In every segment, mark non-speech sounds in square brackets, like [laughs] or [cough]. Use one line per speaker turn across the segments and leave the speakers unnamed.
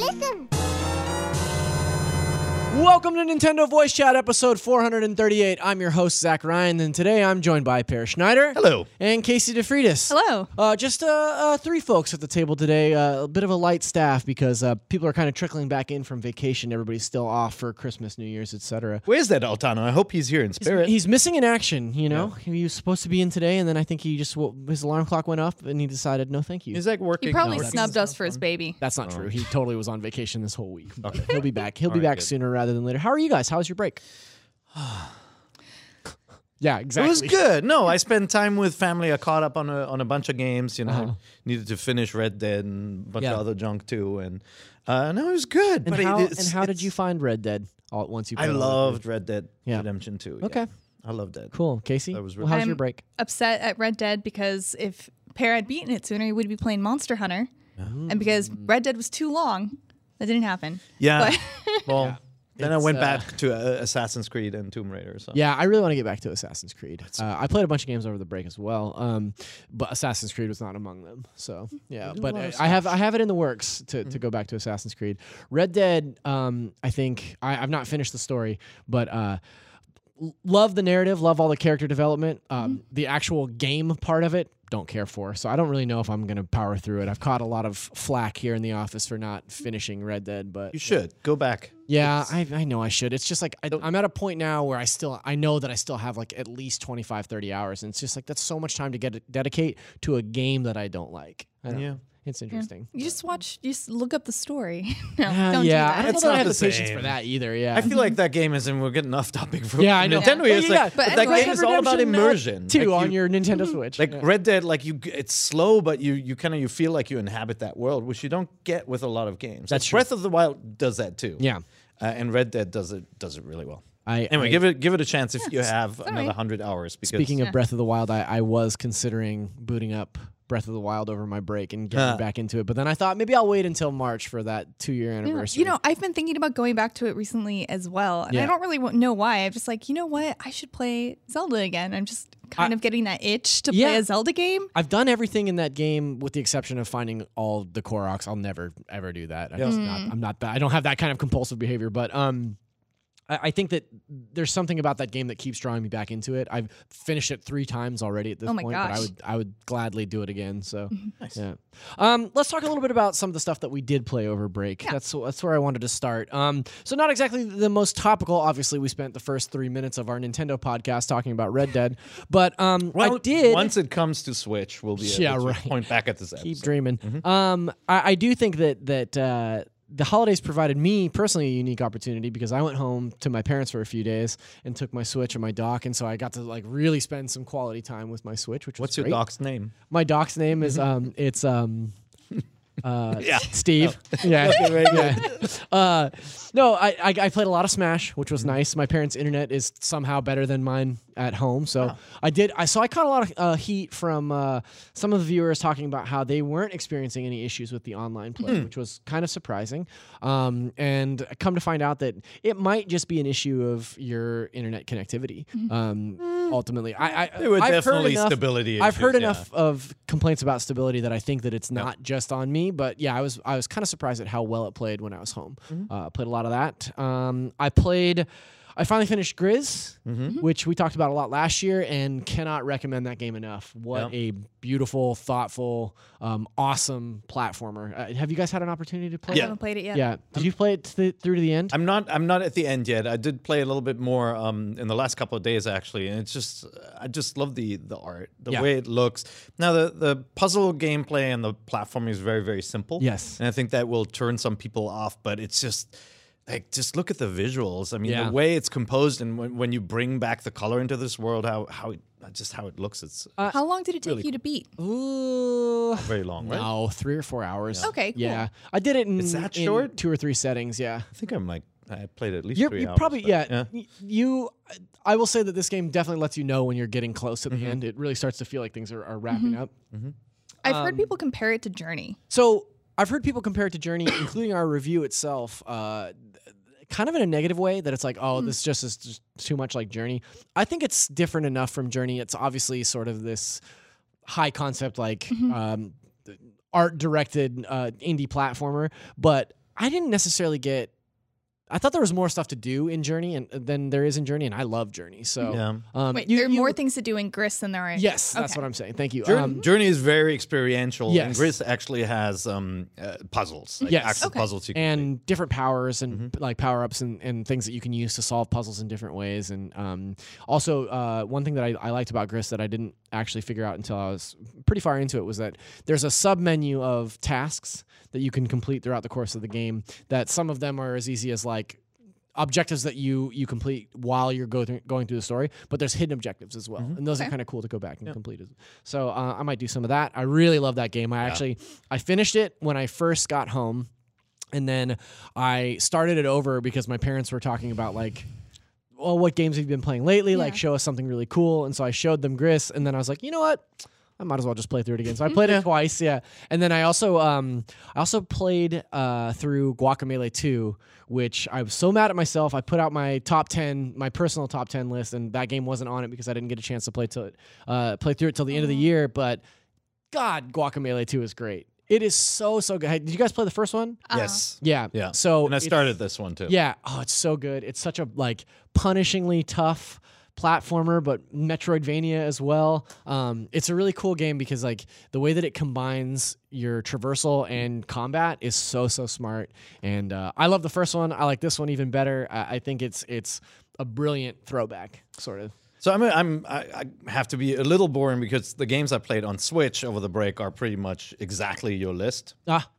Welcome.
Welcome to Nintendo Voice Chat episode 438. I'm your host, Zach Ryan, and today I'm joined by Per Schneider.
Hello.
And Casey DeFritis.
Hello.
Uh, just uh, uh, three folks at the table today. Uh, a bit of a light staff because uh, people are kind of trickling back in from vacation. Everybody's still off for Christmas, New Year's, etc.
Where's that Altano? I hope he's here in spirit.
He's missing in action, you know. He was supposed to be in today, and then I think he just w- his alarm clock went up, and he decided, no, thank you.
He's like working.
He probably
no, that's-
snubbed us for his baby.
That's not
Oh.
true. He totally was on vacation this whole week. He'll be back. He'll be back sooner rather than later. How are you guys? How was your
[sighs]
break? yeah,
It
exactly.
was good.
[laughs]
No, I spent time with family. I caught up on a, on a bunch of games. You know, needed to finish Red Dead and a bunch
Uh-huh. Yeah.
of other junk too. And uh, no, it was good.
And
but it-
how,
it's-
and how did
it's-
you find Red Dead all at once? You
I
played all of it?
loved Red Dead
Yeah.
Redemption 2. yeah.
Okay.
I loved that.
Cool, Casey.
That was
well, how's your
I'm-
break?
Upset at Red Dead because if Pear had beaten it sooner, he would be playing Monster Hunter. And because
Mm.
Red Dead was too long, that didn't happen.
Yeah. [laughs]
But-
Well, then I
It's,
went
uh,
back to uh, Assassin's Creed and Tomb Raider. So.
Yeah, I really want to get back to Assassin's Creed. Uh, I played a bunch of games over the break as well, um, but Assassin's Creed was not among them. So
Hmm,
yeah, but uh, I have I have it in the works to,
Mm-hmm.
to go back to Assassin's Creed. Red Dead, um, I think I, I've not finished the story, but. Uh, l- Love the narrative, love all the character development. Um,
Mm-hmm.
The actual game part of it, don't care for. So I don't really know if I'm going to power through it. I've caught a lot of flack here in the office for not finishing Red Dead, but
You should go back.
yeah, I, I know I should. It's just like I, I'm at a point now where I still I know that I still have like at least 25 30 hours and it's just like that's so much time to get dedicate to a game that I don't like. I don't
Yeah.
know. It's interesting.
you just watch, you just look up the story. [laughs] no,
Ah,
don't
yeah, I don't
do that.
know
It's
that I
not
have the
the
patience for
same.
that either. Yeah.
I feel like that game is, and we're getting off topic. For
Yeah, I know.
Nintendo
Yeah,
is
yeah, yeah.
like,
But
that
anyway-
game is all about immersion.
Two
Like,
on
you-
your Nintendo
Mm-hmm.
Switch.
like Red Dead, like you, it's slow, but you you kind of you feel like you inhabit that world, which you don't get with a lot of games. That's Breath of the Wild does that too.
Yeah.
uh, and Red Dead does it does it really well.
I-
anyway,
I-
give it give it a chance if you have
all
another
right.
hundred hours. Because
Speaking of Breath of the Wild, I, I was considering booting up Breath of the Wild over my break and getting
Huh.
back into it, but then I thought maybe I'll wait until March for that 2-year
Yeah.
anniversary.
You know, I've been thinking about going back to it recently as well. And
Yeah.
I don't really wa- know why. I'm just like, you know what? I should play Zelda again. I'm just kind of getting that itch to
Yeah.
play a Zelda game.
I've done everything in that game with the exception of finding all the Koroks. I'll never ever do that. I'm, just not,
Mm-hmm.
I'm not that. I don't have that kind of compulsive behavior. But um, I, I think that there's something about that game that keeps drawing me back into it. I've finished it three times already at this
Oh my
point, but I
gosh. Mm-hmm.
would I would gladly do it again. So yeah. Um, let's talk a little bit about some of the stuff that we did play over break. That's that's where I wanted to start. Um, so not exactly the most topical. Obviously, we spent the first three minutes of our Nintendo podcast talking about Red Dead, but um, I
Well,
did
once it comes to Switch, we'll be able
Yeah,
to
right.
point back at this episode.
keep dreaming.
Mm-hmm.
Um, I, I do think that that uh, the holidays provided me personally a unique opportunity because I went home to my parents for a few days and took my Switch and my dock, and so I got to like really spend some quality time with my Switch. Which was
What's your
great.
doc's name?
My doc's name is um, it's
[laughs]
um. Uh,
Mm-hmm. Yeah. Oh.
Steve.
[laughs]
Yeah, yeah. [laughs] Uh, no, I, I I played a lot of Smash, which
Mm-hmm.
was nice. My parents' internet is somehow better than mine at home, so I did. I so I caught a lot of uh, heat from uh, some of the viewers talking about how they weren't experiencing any issues with the online play,
Mm-hmm.
which was kind of surprising. Um, and come to find out that it might just be an issue of your internet connectivity.
Mm-hmm.
Um, ultimately, I, I
There were
I've heard
Mm. definitely
enough-
stability
I've heard
issues, yeah.
enough of complaints about stability that I think that it's not just on me. But yeah, I was I was kind of surprised at how well it played when I was home.
Mm-hmm.
Uh, I played a lot of that. Um, I played. I finally finished Grizz,
Mm-hmm.
Mm-hmm.
which we talked about a lot last year, and cannot recommend that game enough. What a beautiful, thoughtful, um, awesome platformer! Uh, have you guys had an opportunity to play?
I
Yeah. Um,
haven't played it
it?
yet.
yeah. Did you play it to the, through to the end?
I'm not. I'm not at the end yet. I did play a little bit more um, in the last couple of days, actually, and it's just. I just love the the art, the
Yeah.
way it looks. Now the the puzzle gameplay and the platforming is very very simple.
Yes.
and I think that will turn some people off, but it's just. Like just look at the visuals. I mean,
Yeah.
the way it's composed, and when, when you bring back the color into this world, how how it, just how it looks, it's
Uh,
How long did it take you to beat?
Ooh.
very long, right?
No, three or four hours.
Okay, cool.
Yeah, I did it in,
It's that
in
short?
two or three settings. Yeah.
I think I'm like I played at least
You're,
three
you
hours.
probably
but,
yeah, y- You, I will say that this game definitely lets you know when you're getting close to
Mm-hmm.
the end. It really starts to feel like things are, are wrapping up.
I've
Um,
heard people compare it to Journey.
So I've heard people compare it to
[coughs]
Journey, including our review itself. Uh, kind of in a negative way that it's like
Mm.
oh this just is just too much like journey i think it's different enough from journey it's obviously sort of this high
Mm-hmm.
concept like um, art directed uh, indie platformer but I didn't necessarily get. I thought there was more stuff to do in Journey and uh, than there is in Journey, and I love Journey. So
Yeah.
um,
Wait,
you-
there are
you-
more things to do in Grist than there are. in-
Yes, that's
Okay.
what I'm saying. Thank you.
Journey,
Um,
Journey is very experiential.
Yes.
And Gris actually has um, uh, puzzles. Like
Yes.
Actual
Okay.
puzzles you can Mm-hmm.
and different powers and like power ups and, and things that you can use to solve puzzles in different ways. And um, also, uh, one thing that I, I liked about Grist that I didn't actually figure out until I was pretty far into it was that there's a sub menu of tasks that you can complete throughout the course of the game. That some of them are as easy as like objectives that you you complete while you're go through, going through the story but there's hidden objectives as well
Mm-hmm.
and those are
Okay.
kind of cool to go back and complete as- so uh, i might do some of that i really love that game i actually i finished it when i first got home and then I started it over because my parents were talking about like, well, what games have you been playing lately? Like,
Yeah.
show us something really cool. And so I showed them Gris, and then I was like, you know what? I might as well just play through it again. So I played it twice, yeah. And then I also, um, I also played uh, through Guacamelee Two, which I was so mad at myself. I put out my top ten, my personal top ten list, and that game wasn't on it because I didn't get a chance to play till it, uh, play through it till the end of the year. But God, Guacamelee Two is great. It is so so good. Hey, did you guys play the first one?
do. Yes.
Yeah.
Yeah.
So
and I
it's-
started this one too.
Yeah. Oh, it's so good. It's such a like punishingly tough platformer, but Metroidvania as well. Um, it's a really cool game because like the way that it combines your traversal and combat is so so smart. And uh, I love the first one. I like this one even better. I, I think it's it's a brilliant throwback, sort of.
So I'm, I'm I, I have to be a little boring because the games I played on Switch over the break are pretty much exactly your list.
Ah,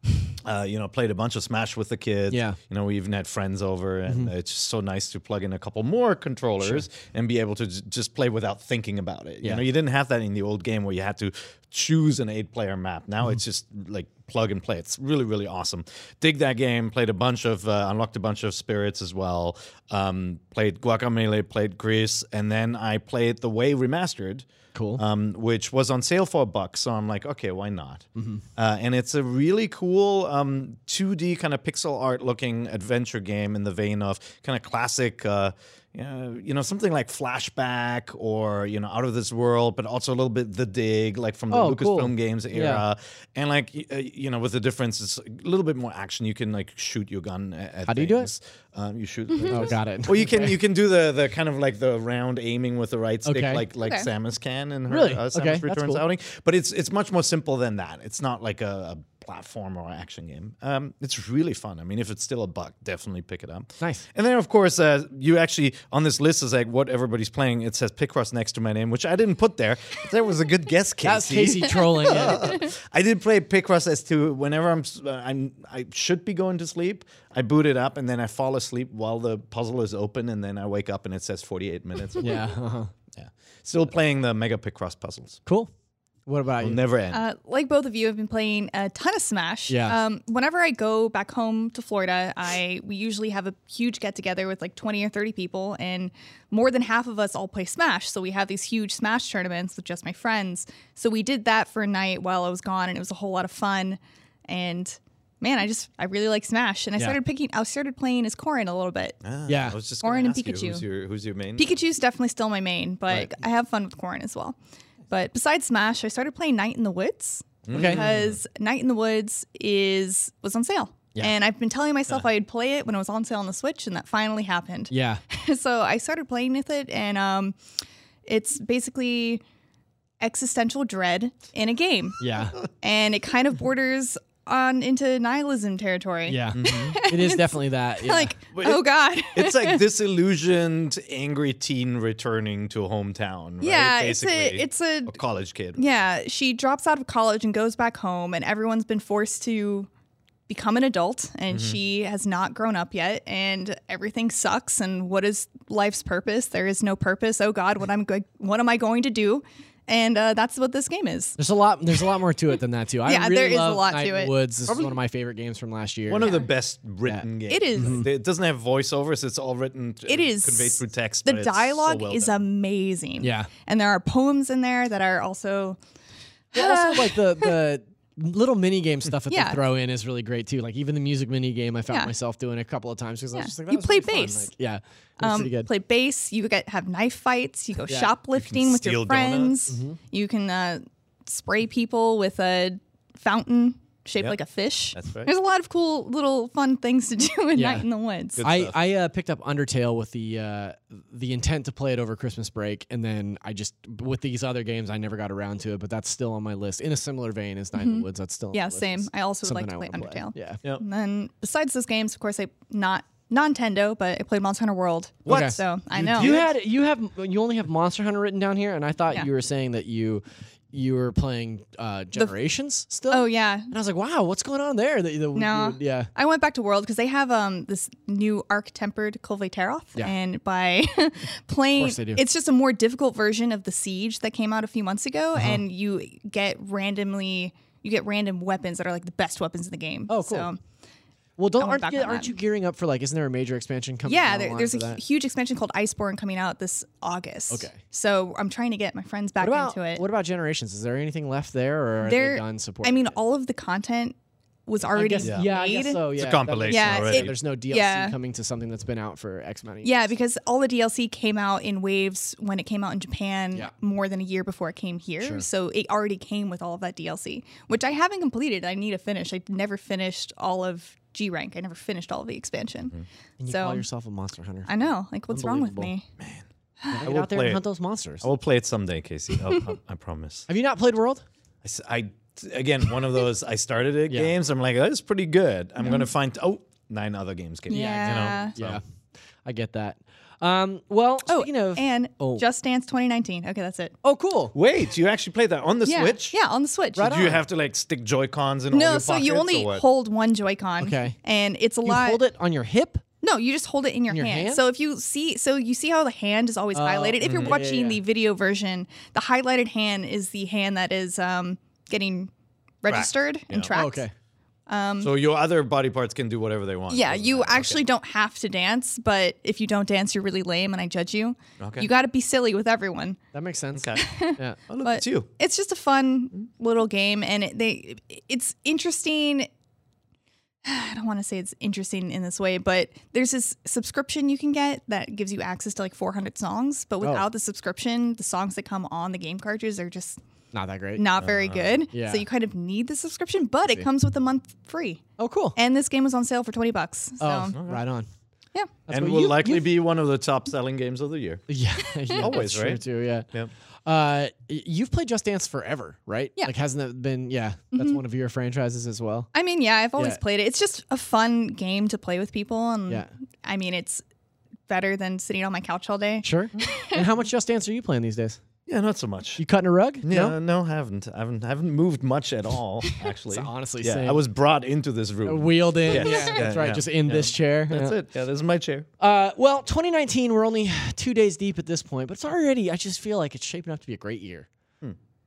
Uh, you know, played a bunch of Smash with the kids.
Yeah. Mm-hmm.
You know, we even had friends over, and it's just so nice to plug in a couple more controllers and be able to j- just play without thinking about it.
Yeah.
You know, you didn't have that in the old game where you had to choose an eight-player map. Now
Mm-hmm.
it's just like plug and play. It's really, really awesome. Dig that game. Played a bunch of uh, unlocked a bunch of spirits as well. Um, played Guacamole, played Grease, and then I played The Way Remastered
cool.
um, which was on sale for a buck. So I'm like, okay, why not? Uh, and it's a really cool um, 2D kind of pixel art looking adventure game in the vein of kind of classic. Uh, you know, you know, something like Flashback or, you know, Out of This World, but also a little bit The Dig, like from the
Oh,
Lucasfilm
cool.
Games era.
Yeah.
And, like, y- uh, you know, with the difference, it's a little bit more action. You can, like, shoot your gun at How
do you do it?
Um, you shoot.
[laughs]
[laughs]
oh, got it.
Well, you can you can do the the kind of like the round aiming with the right stick,
Okay.
like like
Okay.
Samus can in her
Really?
uh, Samus
Okay, that's
Returns
cool.
outing. But it's it's much more simple than that. It's not like a, a platform or action game. Um, it's really fun. I mean, if it's still a buck, definitely pick it up.
Nice.
And then of course, uh, you actually on this list is like what everybody's playing. It says Picross next to my name, which I didn't put there. That was a
[laughs]
good guess, Casey.
That's Casey trolling. it.
[laughs] I did play Picross S2 whenever I'm s- uh, I'm I should be going to sleep. I boot it up and then I fall asleep while the puzzle is open and then I wake up and it says 48 minutes.
Yeah. uh-huh.
Yeah. Still playing the Mega Picross puzzles.
Cool. What about
Will
you?
never end.
Uh, like both of you, have been playing a ton of Smash.
Yeah.
Um, whenever I go back home to Florida, I we usually have a huge get together with like twenty or thirty people, and more than half of us all play Smash. So we have these huge Smash tournaments with just my friends. So we did that for a night while I was gone, and it was a whole lot of fun. And man, I just I really like Smash, and I started picking. I started playing as Corrin a little bit.
yeah.
Ah, I was just
Orin
going to
and
ask you
Pikachu.
who's your who's your main?
Pikachu's definitely still my main, but I have fun with Corrin as well. But besides Smash, I started playing Night in the Woods
Mm. Okay.
because Night in the Woods is was on sale. And I've been telling myself I'd play it when it was on sale on the Switch, and that finally happened.
Yeah.
[laughs] so I started playing with it, and um, it's basically existential dread in a game,
Yeah.
and it kind
[laughs]
of borders on into nihilism territory.
Yeah.
Mm-hmm.
It is definitely that. yeah.
[laughs] like
But
[laughs]
oh god,
[laughs] it's
[laughs]
like disillusioned angry teen returning to hometown. Right?
yeah, it's a
Basically.
it's a
a college kid.
Yeah, she drops out of college and goes back home, and everyone's been forced to become an adult, and
Mm-hmm.
she has not grown up yet, and everything sucks. And what is life's purpose? There is no purpose. Oh God, what I'm go- what am I going to do? And uh, that's what this game is.
There's a lot. There's a lot more to it than that too. I
[laughs] Yeah,
really
there is a
love
lot
Night
to
in the
it.
Woods. This is one of my favorite games from last year.
One
[laughs]
of the best written games.
It is. Mhm.
It doesn't have voiceovers. It's all written. uh,
It is
conveyed through text.
The
but it's so
dialogue
well
is
done.
amazing.
Yeah.
and there are poems in there that are also
Yeah, also like the the little mini game stuff that
Yeah.
they throw in is really great too. Like even the music mini game, I found
Yeah.
myself doing a couple of times because I was
Yeah.
just like, that
You
was
play
really fun.
bass.
Like, yeah, it was
um,
pretty good.
play bass. You get have knife fights. You go
Yeah.
shoplifting with
steal
your
Mm-hmm.
donuts.
friends. You can uh, spray people with a fountain. shaped like a fish.
That's right.
There's a lot of cool little fun things to [laughs] do at
Yeah.
night in the woods.
Good
I
stuff.
I uh, picked up Undertale with the uh, the intent to play it over Christmas break, and then I just with these other games I never got around to it, but that's still on my list. In a similar vein as Nine in the Woods, that's still on
Mm-hmm.
my list.
Yeah, same.
It's
I also would like
something
to play
wanna
Undertale.
Yeah,
Yep.
And then besides those games, of course, I not Nintendo, but I played Monster Hunter World.
What?
So I know.
you had you have you only have Monster Hunter written down here, and I thought
Yeah.
you were saying that you you were playing uh, Generations still.
oh yeah.
and I was like, wow, what's going on there? That, that we-
No.
you would- yeah.
I went back to World because they have um this new arc tempered Kolvateroth,
Yeah.
and by [laughs] playing,
course they do.
it's just a more difficult version of the Siege that came out a few months ago,
Uh-huh.
and you get randomly you get random weapons that are like the best weapons in the game.
Oh, cool.
So,
Well, don't
went
aren't,
back
you-
on
aren't
that.
you gearing up for like? Isn't there a major expansion coming? down
yeah,
the
there,
line
there's
for
a
that?
huge expansion called Iceborne coming out this August.
Okay.
So I'm trying to get my friends back
What about
into it.
what about Generations? Is there anything left there, or are
There-
they done supporting?
I mean,
it?
all of the content was
I
already
guess-
made.
yeah, I guess so. Yeah,
It's a
That makes
compilation
Yeah,
already.
it-
There's no DLC
yeah.
coming to something that's been out for X amount of years.
Yeah, because all the DLC came out in waves when it came out in Japan
Yeah.
more than a year before it came here. So it already came with all of that DLC, which I haven't completed. I need to finish. I never finished all of G rank. I never finished all of the expansion.
Mm-hmm.
and you
so
call yourself a monster hunter.
I know. Like what's wrong with
Unbelievable.
me?
Get
will
out there
play
and
it.
hunt those monsters.
I will play it someday, Casey.
[laughs]
I'll, I'll- I promise.
Have you not played World?
I s- I, again, one of those I started at
Yeah.
games. I'm like, "Oh, that's pretty good. I'm gonna find oh nine other games. Came out,
Mm-hmm. Yeah.
you know. so.
I get that. Um, well,
Oh,
speaking of,
and
oh.
Just Dance 2019. Okay, that's it.
oh, cool.
Wait, you actually played that on the
Yeah.
Switch?
Yeah, on the Switch.
Did you have to like stick Joy Cons in all
no,
your
so you
pockets,
only
or what?
hold one Joy-Con.
Okay.
And it's a
You
lot.
hold it on your hip.
No, you just hold it in your,
your
hand.
hand?
So if you see, so you see how the hand is always highlighted. If you're
mm, yeah,
watching
yeah.
the video version, the highlighted hand is the hand that is um, getting registered and
Yeah.
tracked.
Oh, okay.
so your other body parts can do whatever they want.
Yeah,
doesn't
you
matter.
actually don't have to dance, but if you don't dance, you're really lame, and I judge you.
Okay.
You got to be silly with everyone.
That makes sense.
[laughs]
Okay.
Yeah.
Oh, look,
But-
it's you.
It's just a fun
Mm-hmm.
little game, and it, they it's interesting. [sighs] I don't want to say it's interesting in this way, but there's this subscription you can get that gives you access to like 400 songs.
Oh.
But without the subscription, the songs that come on the game cartridges are just
Not that great.
not very good.
yeah.
So you kind of need the subscription, but it comes with a month free.
Oh, cool.
And this game was on sale for 20 bucks. So
oh, right on. [laughs]
yeah,
That's
and
what
will
you-
likely
you-
be one of the top selling games of the year.
Yeah, yeah
Always,
that's true
right?
Too, yeah.
Yep.
Uh, y- you've played Just Dance forever, right?
Yeah. Mm-hmm.
Like, hasn't that been? Yeah, that's one of your franchises as well.
I mean, yeah, I've always
Yeah.
played it. It's just a fun game to play with people, and
Yeah.
I mean, it's better than sitting on my couch all day.
Sure. [laughs] and how much Just Dance are you playing these days?
Yeah, not so much.
You cutting a rug?
Yeah,
No.
no, haven't. I haven't haven't moved much at all, actually.
honestly
yeah,
same.
I was brought into this room.
Wheeled in.
Yes.
Yeah, that's
Yeah,
right.
yeah,
Just in this chair.
That's
Yeah.
it. Yeah, this is my chair.
Uh, well, 2019, we're only [sighs] two days deep at this point, but it's already. I just feel like it's shaping up to be a great year.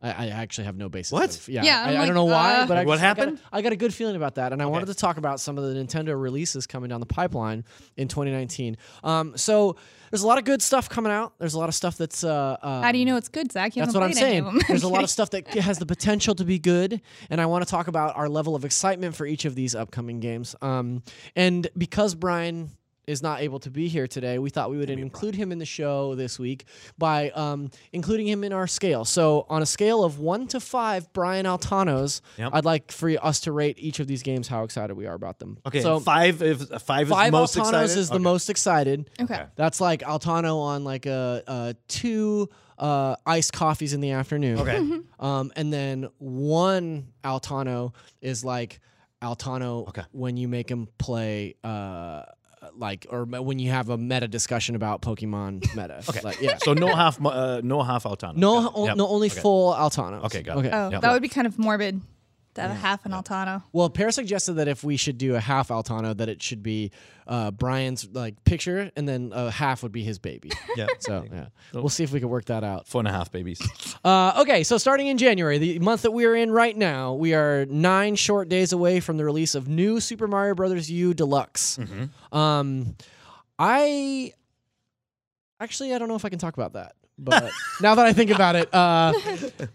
I, I actually have no basis.
Hmm. What?
of- yeah,
Yeah,
I,
I'm
I
like,
don't know why,
uh,
but I
Like, what
just- I got a-
happened?
I got, a good feeling about that, and I wanted to talk about some of the Nintendo releases coming down the pipeline in 2019. Um, so there's a lot of good stuff coming out. There's a lot of stuff that's. Uh, uh,
How do you know it's good, Zach? You [laughs]
that's
haven't
what I'm
played any of
saying.
them.
There's a lot of stuff that has the potential to be good, and I want to talk about our level of excitement for each of these upcoming games. Um, and because Brian is not able to be here today, we thought we would include him in the show this week by um, including him in our scale. So on a scale of one to five, Brian Altanos,
Yep.
I'd like for us to rate each of these games how excited we are about them.
Okay,
so
five if five,
five
is most
Altanos
excited.
is the most excited.
Okay.
Okay.
That's like Altano on like a, a two uh, iced coffees in the afternoon.
Okay.
Um, and then one Altano is like Altano
Okay.
when you make him play uh, like or me- when you have a meta discussion about
[laughs]
Pokemon meta. okay. Like, yeah.
so no half, mo- uh, no half Altano.
No,
Got it.
o-
Yep.
no, only
Okay.
full Altano.
Okay, got it.
Okay.
Oh,
Yeah.
that would be kind of morbid to have a half an Altano.
Well, Pear suggested that if we should do a half Altano, that it should be uh, Brian's like picture, and then a half would be his
[laughs]
baby.
Yeah.
So yeah, we'll see if we can work that out.
Four and a half
[laughs]
babies.
Uh, okay, so starting in January, the month that we are in right now, we are nine short days away from the release of new Super Mario Brothers U Deluxe. Um, I actually I don't know if I can talk about that, but now that I think about it,
[laughs]
uh, uh,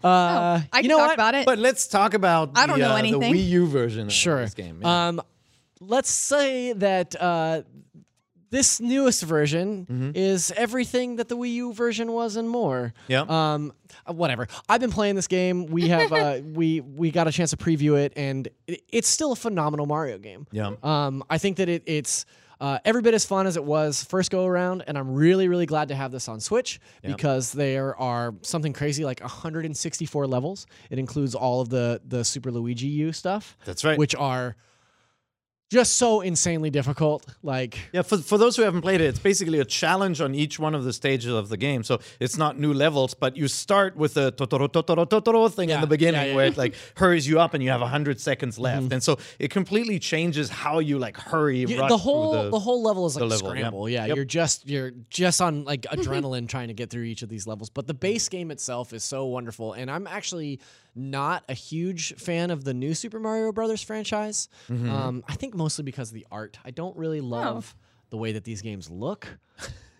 Oh, I
you
can
know
talk
what?
about it.
But let's talk about
I don't
the,
know
uh,
anything.
the Wii U version of
sure. Uh,
this game. yeah.
Um, let's say that uh, this newest version is everything that the Wii U version was and more.
Yeah.
Um, uh, whatever. I've been playing this game. We have
[laughs]
uh, we we got a chance to preview it, and it, it's still a phenomenal Mario game.
Yeah.
Um, I think that it, it's uh, every bit as fun as it was first go around, and I'm really, really glad to have this on Switch because there are something crazy like 164 levels. It includes all of the the Super Luigi U stuff.
That's right.
Which are just so insanely difficult. Like,
Yeah, for, for those who haven't played it, it's basically a challenge on each one of the stages of the game. So it's not new levels, but you start with the Totoro Totoro Totoro thing in
Yeah,
the beginning
yeah, yeah. Mm-hmm.
where it like hurries you up and you have 100 seconds left. And so it completely changes how you like hurry
you-
rush
the
through
whole the,
the,
whole level is like a
level, yeah.
scramble. Yeah,
Yep.
you're just you're just on
[laughs]
like adrenaline trying to get through each of these levels. But the base game itself is so wonderful, and I'm actually not a huge fan of the new Super Mario Brothers franchise.
Mm-hmm.
Um, I think mostly because of the art. I don't really love the way that these games look.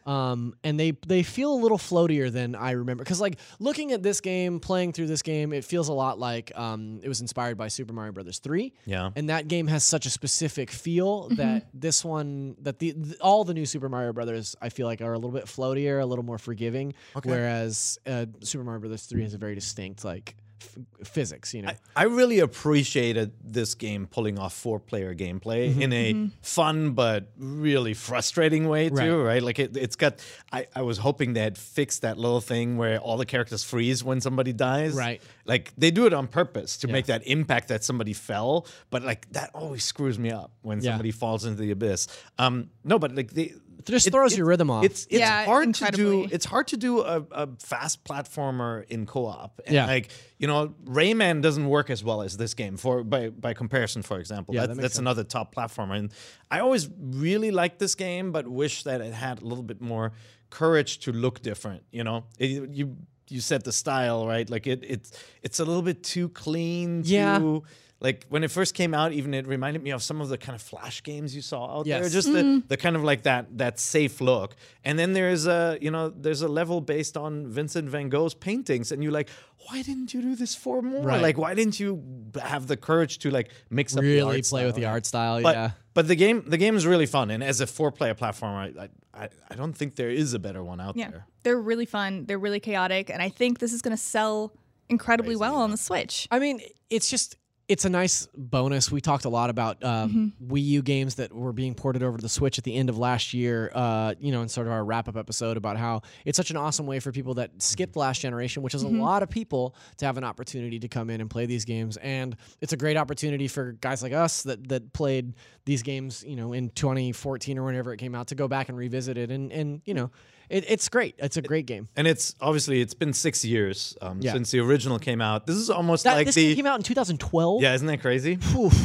Um, and they they feel a little floatier than I remember because like looking at this game, playing through this game, it feels a lot like um, it was inspired by Super Mario Brothers three.
Yeah.
and that game has such a specific feel
Mm-hmm.
that this one that the th- all the new Super Mario Brothers I feel like are a little bit floatier, a little more forgiving, whereas uh, Super Mario Brothers three has a very distinct like f- physics. You know,
I really appreciated this game pulling off four player gameplay
Mm-hmm.
in a fun but really frustrating way too, right? Like it, it's got I, I was hoping they had fixed that little thing where all the characters freeze when somebody dies.
Right.
Like they do it on purpose to make that impact that somebody fell, but like that always screws me up when
Yeah.
somebody falls into the abyss. Um no, but like they
just throws your rhythm off.
It's it's
Yeah,
hard to do
incredibly.
it's hard to do a, a fast platformer in co-op. And
Yeah.
Like, you know, Rayman doesn't work as well as this game for by by comparison, for example.
Yeah,
That-
that makes
that's another top platformer. And I always really liked this game, but wish that it had a little bit more courage to look different, you know? It- you you said the style, right? Like it it's it's a little bit too clean,
Yeah.
too like when it first came out, even it reminded me of some of the kind of flash games you saw out there.
Yes.
Just the, the kind of like that that safe look. And then there's a you know there's a level based on Vincent Van Gogh's paintings, and you're like, why didn't you do this for more?
Right.
Like why didn't you have the courage to like mix up the
really play
art
with
style?
the art style.
But,
yeah,
but the game the game is really fun, and as a four player platformer, I, I I don't think there is a better one out
Yeah.
there.
They're really fun. They're really chaotic. And I think this is going to sell incredibly well on the Switch.
I mean, it's just it's a nice bonus. We talked a lot about um, Wii U games that were being ported over to the Switch at the end of last year. Uh, you know, in sort of our wrap up episode about how it's such an awesome way for people that
Mm-hmm.
skipped last generation, which is a lot of people, to have an opportunity to come in and play these games. And it's a great opportunity for guys like us that that played these games, you know, in 2014 or whenever it came out, to go back and revisit it. And and you know, it, it's great. It's a great game.
And it's obviously it's been six years um,
Yeah.
since the original came out. This is almost
That,
like
this
the
game came out in 2012.
Yeah, isn't that crazy?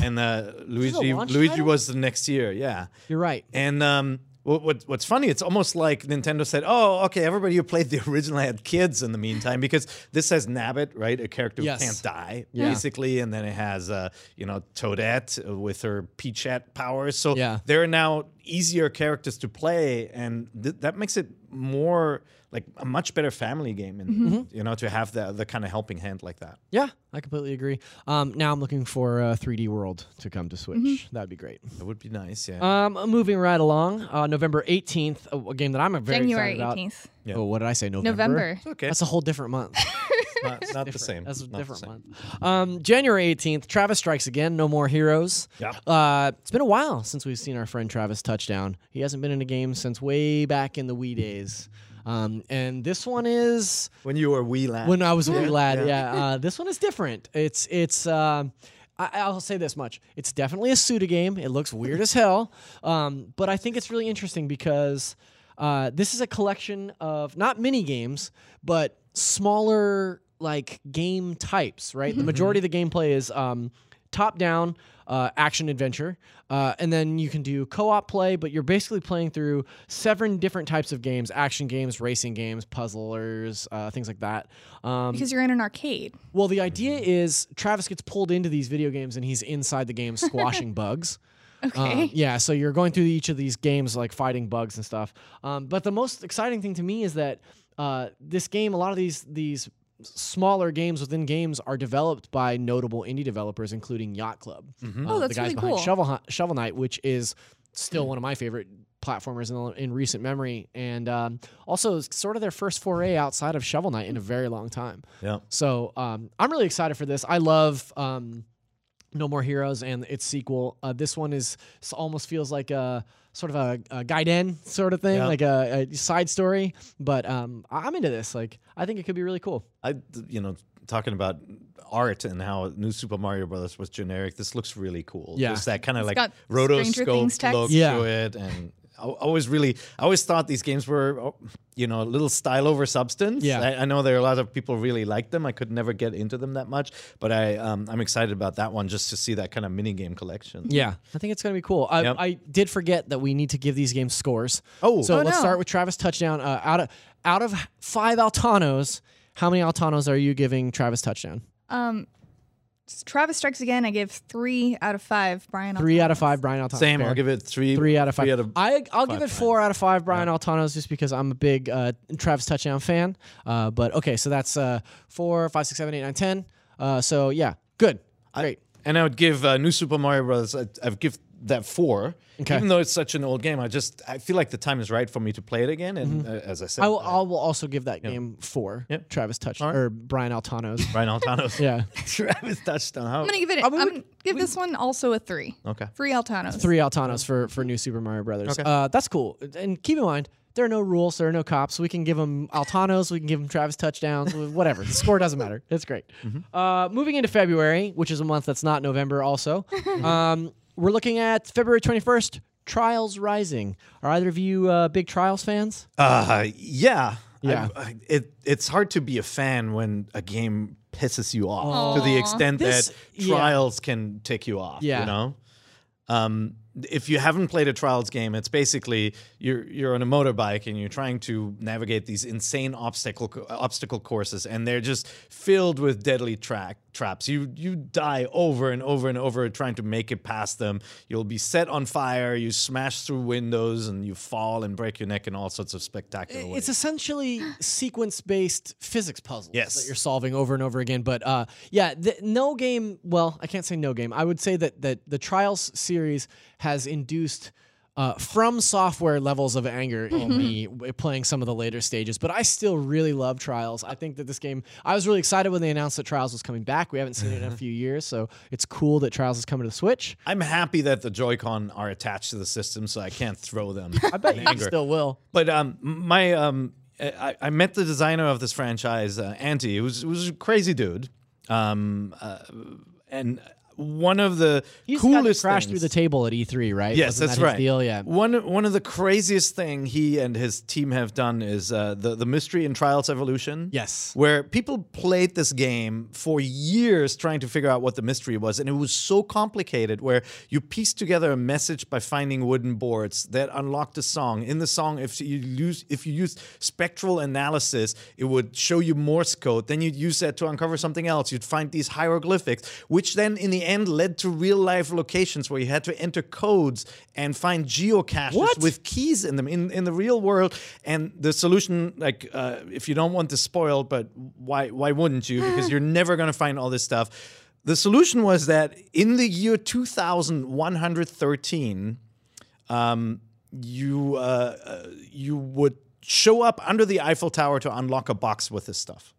And uh, Luigi
launch
Luigi
title?
was the next year. Yeah.
You're right.
And um, what, what what's funny? It's almost like Nintendo said, "Oh, okay, everybody who played the [laughs] original had kids in the meantime because this has Nabbit, right? A character
Yes.
who can't die,
Yeah.
basically, and then it has uh, you know Toadette uh, with her Peachette powers. So
Yeah.
there are now easier characters to play, and th- that makes it more like a much better family game, and
Mm-hmm.
you know, to have the the kind of helping hand like that.
Yeah, I completely agree. Um, now I'm looking for uh, 3D World to come to Switch.
Mm-hmm.
That'd be great.
That would be nice.
[laughs]
Yeah.
Um, moving right along, uh, November 18th, a, a game that I'm very
January
excited about.
18th.
Oh, what did I say? November.
November.
okay.
That's a whole different
[laughs]
month.
not, not the same.
That's a
Not the
different
same.
month. Um, January 18th, Travis strikes again. No more heroes.
Yep.
Uh, it's been a while since we've seen our friend Travis touchdown. He hasn't been in a game since way back in the Wii days. Um, and this one is
When you were wee lad.
when I was a wee
Yeah.
lad.
Yeah.
Yeah, uh, this one is different. It's it's. um I, I'll say this much: it's definitely a pseudo game. It looks weird as hell, um, but I think it's really interesting because uh, this is a collection of not mini games, but smaller like game types. Right,
Mm-hmm.
the majority of the gameplay is. Um, top down uh, action adventure. Uh, and then you can do co op play, but you're basically playing through seven different types of games action games, racing games, puzzlers, uh, things like that. Um,
Because you're in an arcade.
well, the idea is Travis gets pulled into these video games and he's inside the
[laughs]
game squashing bugs.
Okay.
Um, yeah, so you're going through each of these games, like fighting bugs and stuff. Um, but the most exciting thing to me is that uh, this game, a lot of these these smaller games within games are developed by notable indie developers, including Yacht Club. Uh,
Mm-hmm.
Oh, that's
the guys
really
behind
cool. Hmm.
Shovel Shovel Knight, which is still one of my favorite platformers in, in recent memory, and um, also it's sort of their first foray outside of Shovel Knight in a very long time.
Yeah.
So um, I'm really excited for this. I love um, No More Heroes and its sequel. Uh, this one is s- almost feels like a sort of a, a Gaiden sort of thing,
Yeah.
like a, a side story. But um, I- I'm into this. Like I think it could be really cool.
I, you know, talking about art and how New Super Mario Brothers was generic. This looks really cool.
Yeah.
just that kind of like
got Stranger Things
rotoscope
text.
look
Yeah.
to it, and I I always really, I always thought these games were, oh, you know, a little style over substance.
Yeah.
I, I know there are a lot of people really like them. I could never get into them that much, but I, um, I'm excited about that one just to see that kind of mini game collection.
Yeah, I think it's going to be cool. I,
Yep.
I did forget that we need to give these games scores.
Oh.
so
Oh,
let's
no.
start with Travis touchdown. Uh, out of out of five Altanos, how many Altanos are you giving Travis touchdown?
Travis Strikes Again, I give three out of five. Brian,
Three out of five, Brian Altano.
Same.
Fair.
I'll give it three.
three out of five.
Three out of
I I'll give it four out of five, Brian Altano's, just because I'm a big uh, Travis touchdown fan. Uh, but okay, so that's uh, four, five, six, seven, eight, nine, ten. Uh, so yeah, good, great.
and I would give uh, New Super Mario Bros. I, I'd give that four.
Okay.
Even though it's such an old game, I just I feel like the time is right for me to play it again. And uh, as I said,
Mm-hmm. I will, I will also give that game four.
Yep.
Travis touchdown or Brian Altano's. [laughs]
Brian Altano,
yeah,
[laughs] Travis touchdown. How,
I'm gonna give it.
I
I
mean,
am
we-
gonna give this one also a three.
Okay.
Three Altanos.
three Altanos for for new Super Mario Brothers.
Okay.
Uh, that's cool. And keep in mind, there are no rules. There are no cops. We can give them Altanos. We can give them Travis touchdowns. wh- Whatever. The score doesn't matter. It's great. Uh, moving into February, which is a month that's not November. Also, um, we're looking at February twenty first. Trials Rising. Are either of you uh, big Trials fans?
Uh, yeah.
Yeah.
I, I, it it's hard to be a fan when a game pisses you off to the extent
This-
that
yeah.
trials can tick you off.
Yeah.
You know. Um, if you haven't played a trials game, it's basically you're you're on a motorbike and you're trying to navigate these insane obstacle co- obstacle courses, and they're just filled with deadly track traps. You you die over and over and over trying to make it past them. You'll be set on fire. You smash through windows and you fall and break your neck in all sorts of spectacular ways.
It's
[gasps]
essentially sequence based physics puzzles
Yes.
that you're solving over and over again. But uh, yeah, the, no game, well, I can't say no game. I would say that, that the Trials series has induced. Uh, from software levels of anger in
[laughs]
me w- playing some of the later stages, but I still really love Trials. I think that this game, I was really excited when they announced that Trials was coming back. We haven't seen it in
[laughs]
a few years, so it's cool that Trials is coming to the Switch.
I'm happy that the Joy-Con are attached to the system, so I can't throw them.
[laughs] I bet you still will.
But um, my um, I, I met the designer of this franchise, uh, Antti, who's who's a crazy dude. Um, uh, and one of the
You just got to
coolest
crash
things,
through the table at E3, right?
Yes,
Wasn't
that's
that his
right.
Deal? Yeah.
One one of the craziest thing he and his team have done is uh, the the mystery and trials evolution.
Yes.
where people played this game for years trying to figure out what the mystery was, and it was so complicated. Where you piece together a message by finding wooden boards that unlocked a song. In the song, if you use if you used spectral analysis, it would show you Morse code. Then you'd use that to uncover something else. You'd find these hieroglyphics, which then in the end led to real life locations where you had to enter codes and find geocaches
What?
with keys in them in, in the real world. And the solution, like uh, if you don't want this spoiled, but why why wouldn't you? Because you're never gonna find all this stuff. The solution was that in the year 2113, um, you uh, uh, you would show up under the Eiffel Tower to unlock a box with this stuff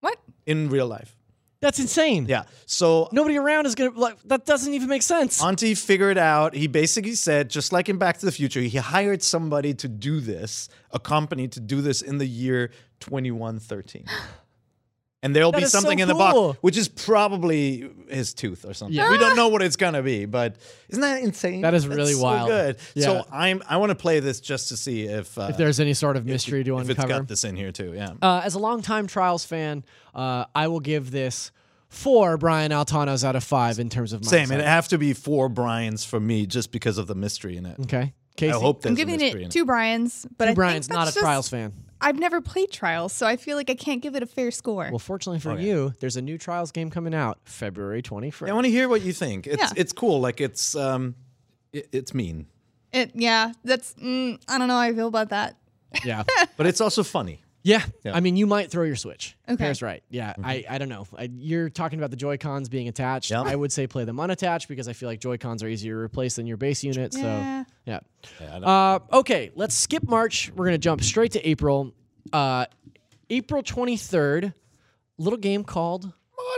What?
in real life.
That's insane.
Yeah. So
Nobody around is gonna like that. Doesn't even make sense.
Auntie figured out, he basically said, just like in Back to the Future, he hired somebody to do this, a company to do this in the year
[gasps]
2113. And there'll
That
be
is so
something in the
cool.
box, which is probably his tooth or something.
Yeah.
We don't know what it's gonna be, but isn't that insane?
That is
That's
really
so
wild.
good.
Yeah.
So I'm I want to play this just to see if, uh,
if there's any sort of mystery to
if it's
uncover.
got this in here too. Yeah.
uh, as a longtime Trials fan, uh, I will give this four Brian Altanos out of five in terms of my
Same.
side.
It'd have to be four Brian's for me just because of the mystery in it.
Okay, Casey.
I hope there's
I'm
a
giving
mystery in
it two Brian's, but I think
Brian's not a
that's just-
Trials fan.
I've never played Trials, so I feel like I can't give it a fair score.
Well, fortunately
Oh,
for you, there's a new Trials game coming out February 21st.
I want to hear what you think. It's
Yeah.
it's cool. Like it's um, it, it's mean,
It, yeah, that's. Mm, I don't know how I feel about that.
yeah,
[laughs]
but it's also funny.
Yeah.
Yeah. Mm-hmm.
I mean, you might throw your Switch.
Okay.
Paris right. Yeah. I, I don't know. I, you're talking about the Joy Cons being attached.
Yep.
I would say play them unattached because I feel like Joy Cons are easier to replace than your base unit.
Yeah.
So, yeah.
Yeah, I don't-
Uh, okay. Let's skip March. We're going to jump straight to April. Uh, April 23rd, little game called.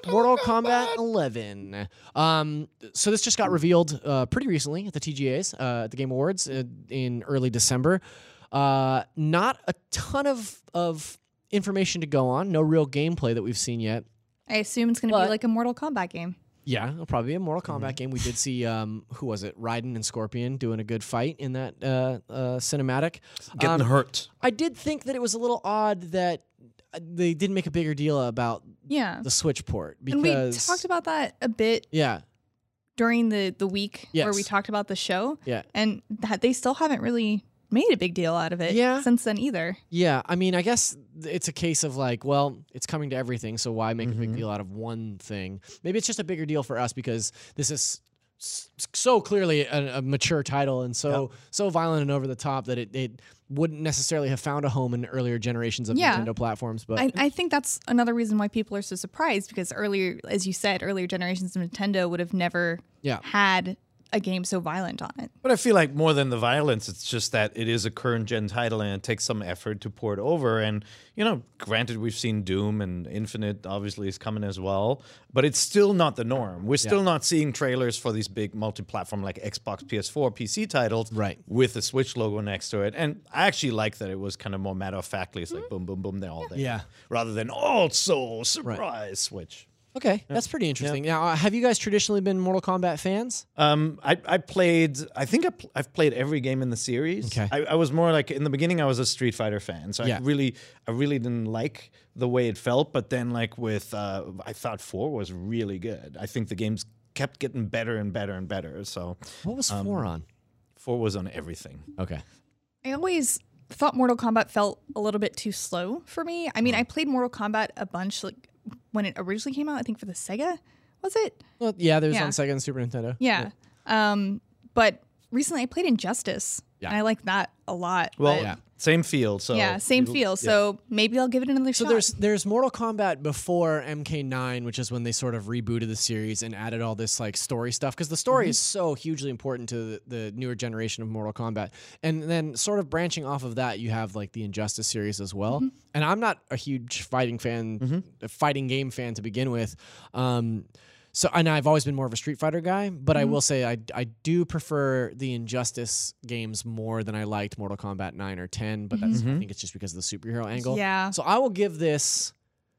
Mortal Kombat 11. Um, so this just got revealed uh, pretty recently at the TGA's, uh, at the Game Awards uh, in early December. Uh, not a ton of of information to go on. No real gameplay that we've seen yet.
I assume it's going to be like a Mortal Kombat game.
Yeah, it'll probably be a Mortal
Mm-hmm.
Kombat game. We did see um, who was it? Raiden and Scorpion doing a good fight in that uh, uh, cinematic. Um,
Getting hurt.
I did think that it was a little odd that uh, they didn't make a bigger deal about
Yeah.
the Switch port because
And we talked about that a bit
yeah
during the the week where we
Yes.
talked about the show,
yeah
and that they still haven't really made a big deal out of it
Yeah.
since then either.
Yeah, I mean, I guess th- it's a case of like, well, it's coming to everything, so why make a big deal out of one thing? Maybe it's just a bigger deal for us because this is s- s- so clearly a, a mature title and so so violent and over the top that it, it wouldn't necessarily have found a home in earlier generations of
Yeah.
Nintendo platforms. But
I, I think that's another reason why people are so surprised because earlier, as you said, earlier generations of Nintendo would have never
Yeah.
had a game so violent on it.
But I feel like more than the violence, it's just that it is a current gen title and it takes some effort to pour it over. And, you know, granted, we've seen Doom and Infinite obviously is coming as well, but it's still not the norm. We're still not seeing trailers for these big multi platform like Xbox, PS4, PC titles
Right.
with the Switch logo next to it. And I actually like that it was kind of more matter of factly. It's like boom, boom, boom, they're all there.
Yeah.
Rather than also surprise Switch.
okay, that's pretty interesting. Now, uh, have you guys traditionally been Mortal Kombat fans?
Um, I, I played. I think I pl- I've played every game in the series.
Okay.
I, I was more like in the beginning. I was a Street Fighter fan, so
Yeah.
I really, I really didn't like the way it felt. But then, like with, uh, I thought four was really good. I think the games kept getting better and better and better. So
What was four on?
four was on everything.
um, Okay,
I always thought Mortal Kombat felt a little bit too slow for me. I mean, I played Mortal Kombat a bunch like when it originally came out, I think for the Sega, was it?
well, yeah, there's
Yeah.
on Sega and Super Nintendo.
Yeah. Um, but recently I played Injustice.
Yeah.
And I like that a lot.
Well,
but-
yeah.
same field. So
yeah, same
you-
feel.
yeah.
So maybe I'll give it another
So
shot.
there's there's Mortal Kombat before MK9, which is when they sort of rebooted the series and added all this like story stuff because the story is so hugely important to the, the newer generation of Mortal Kombat. And then sort of branching off of that, you have like the Injustice series as well. And I'm not a huge fighting fan, a fighting game fan to begin with. Um, so and I've always been more of a Street Fighter guy, but
Mm-hmm.
I will say I I do prefer the Injustice games more than I liked Mortal Kombat 9 or 10, but that's I think it's just because of the superhero angle.
Mm-hmm. Yeah.
So I will give this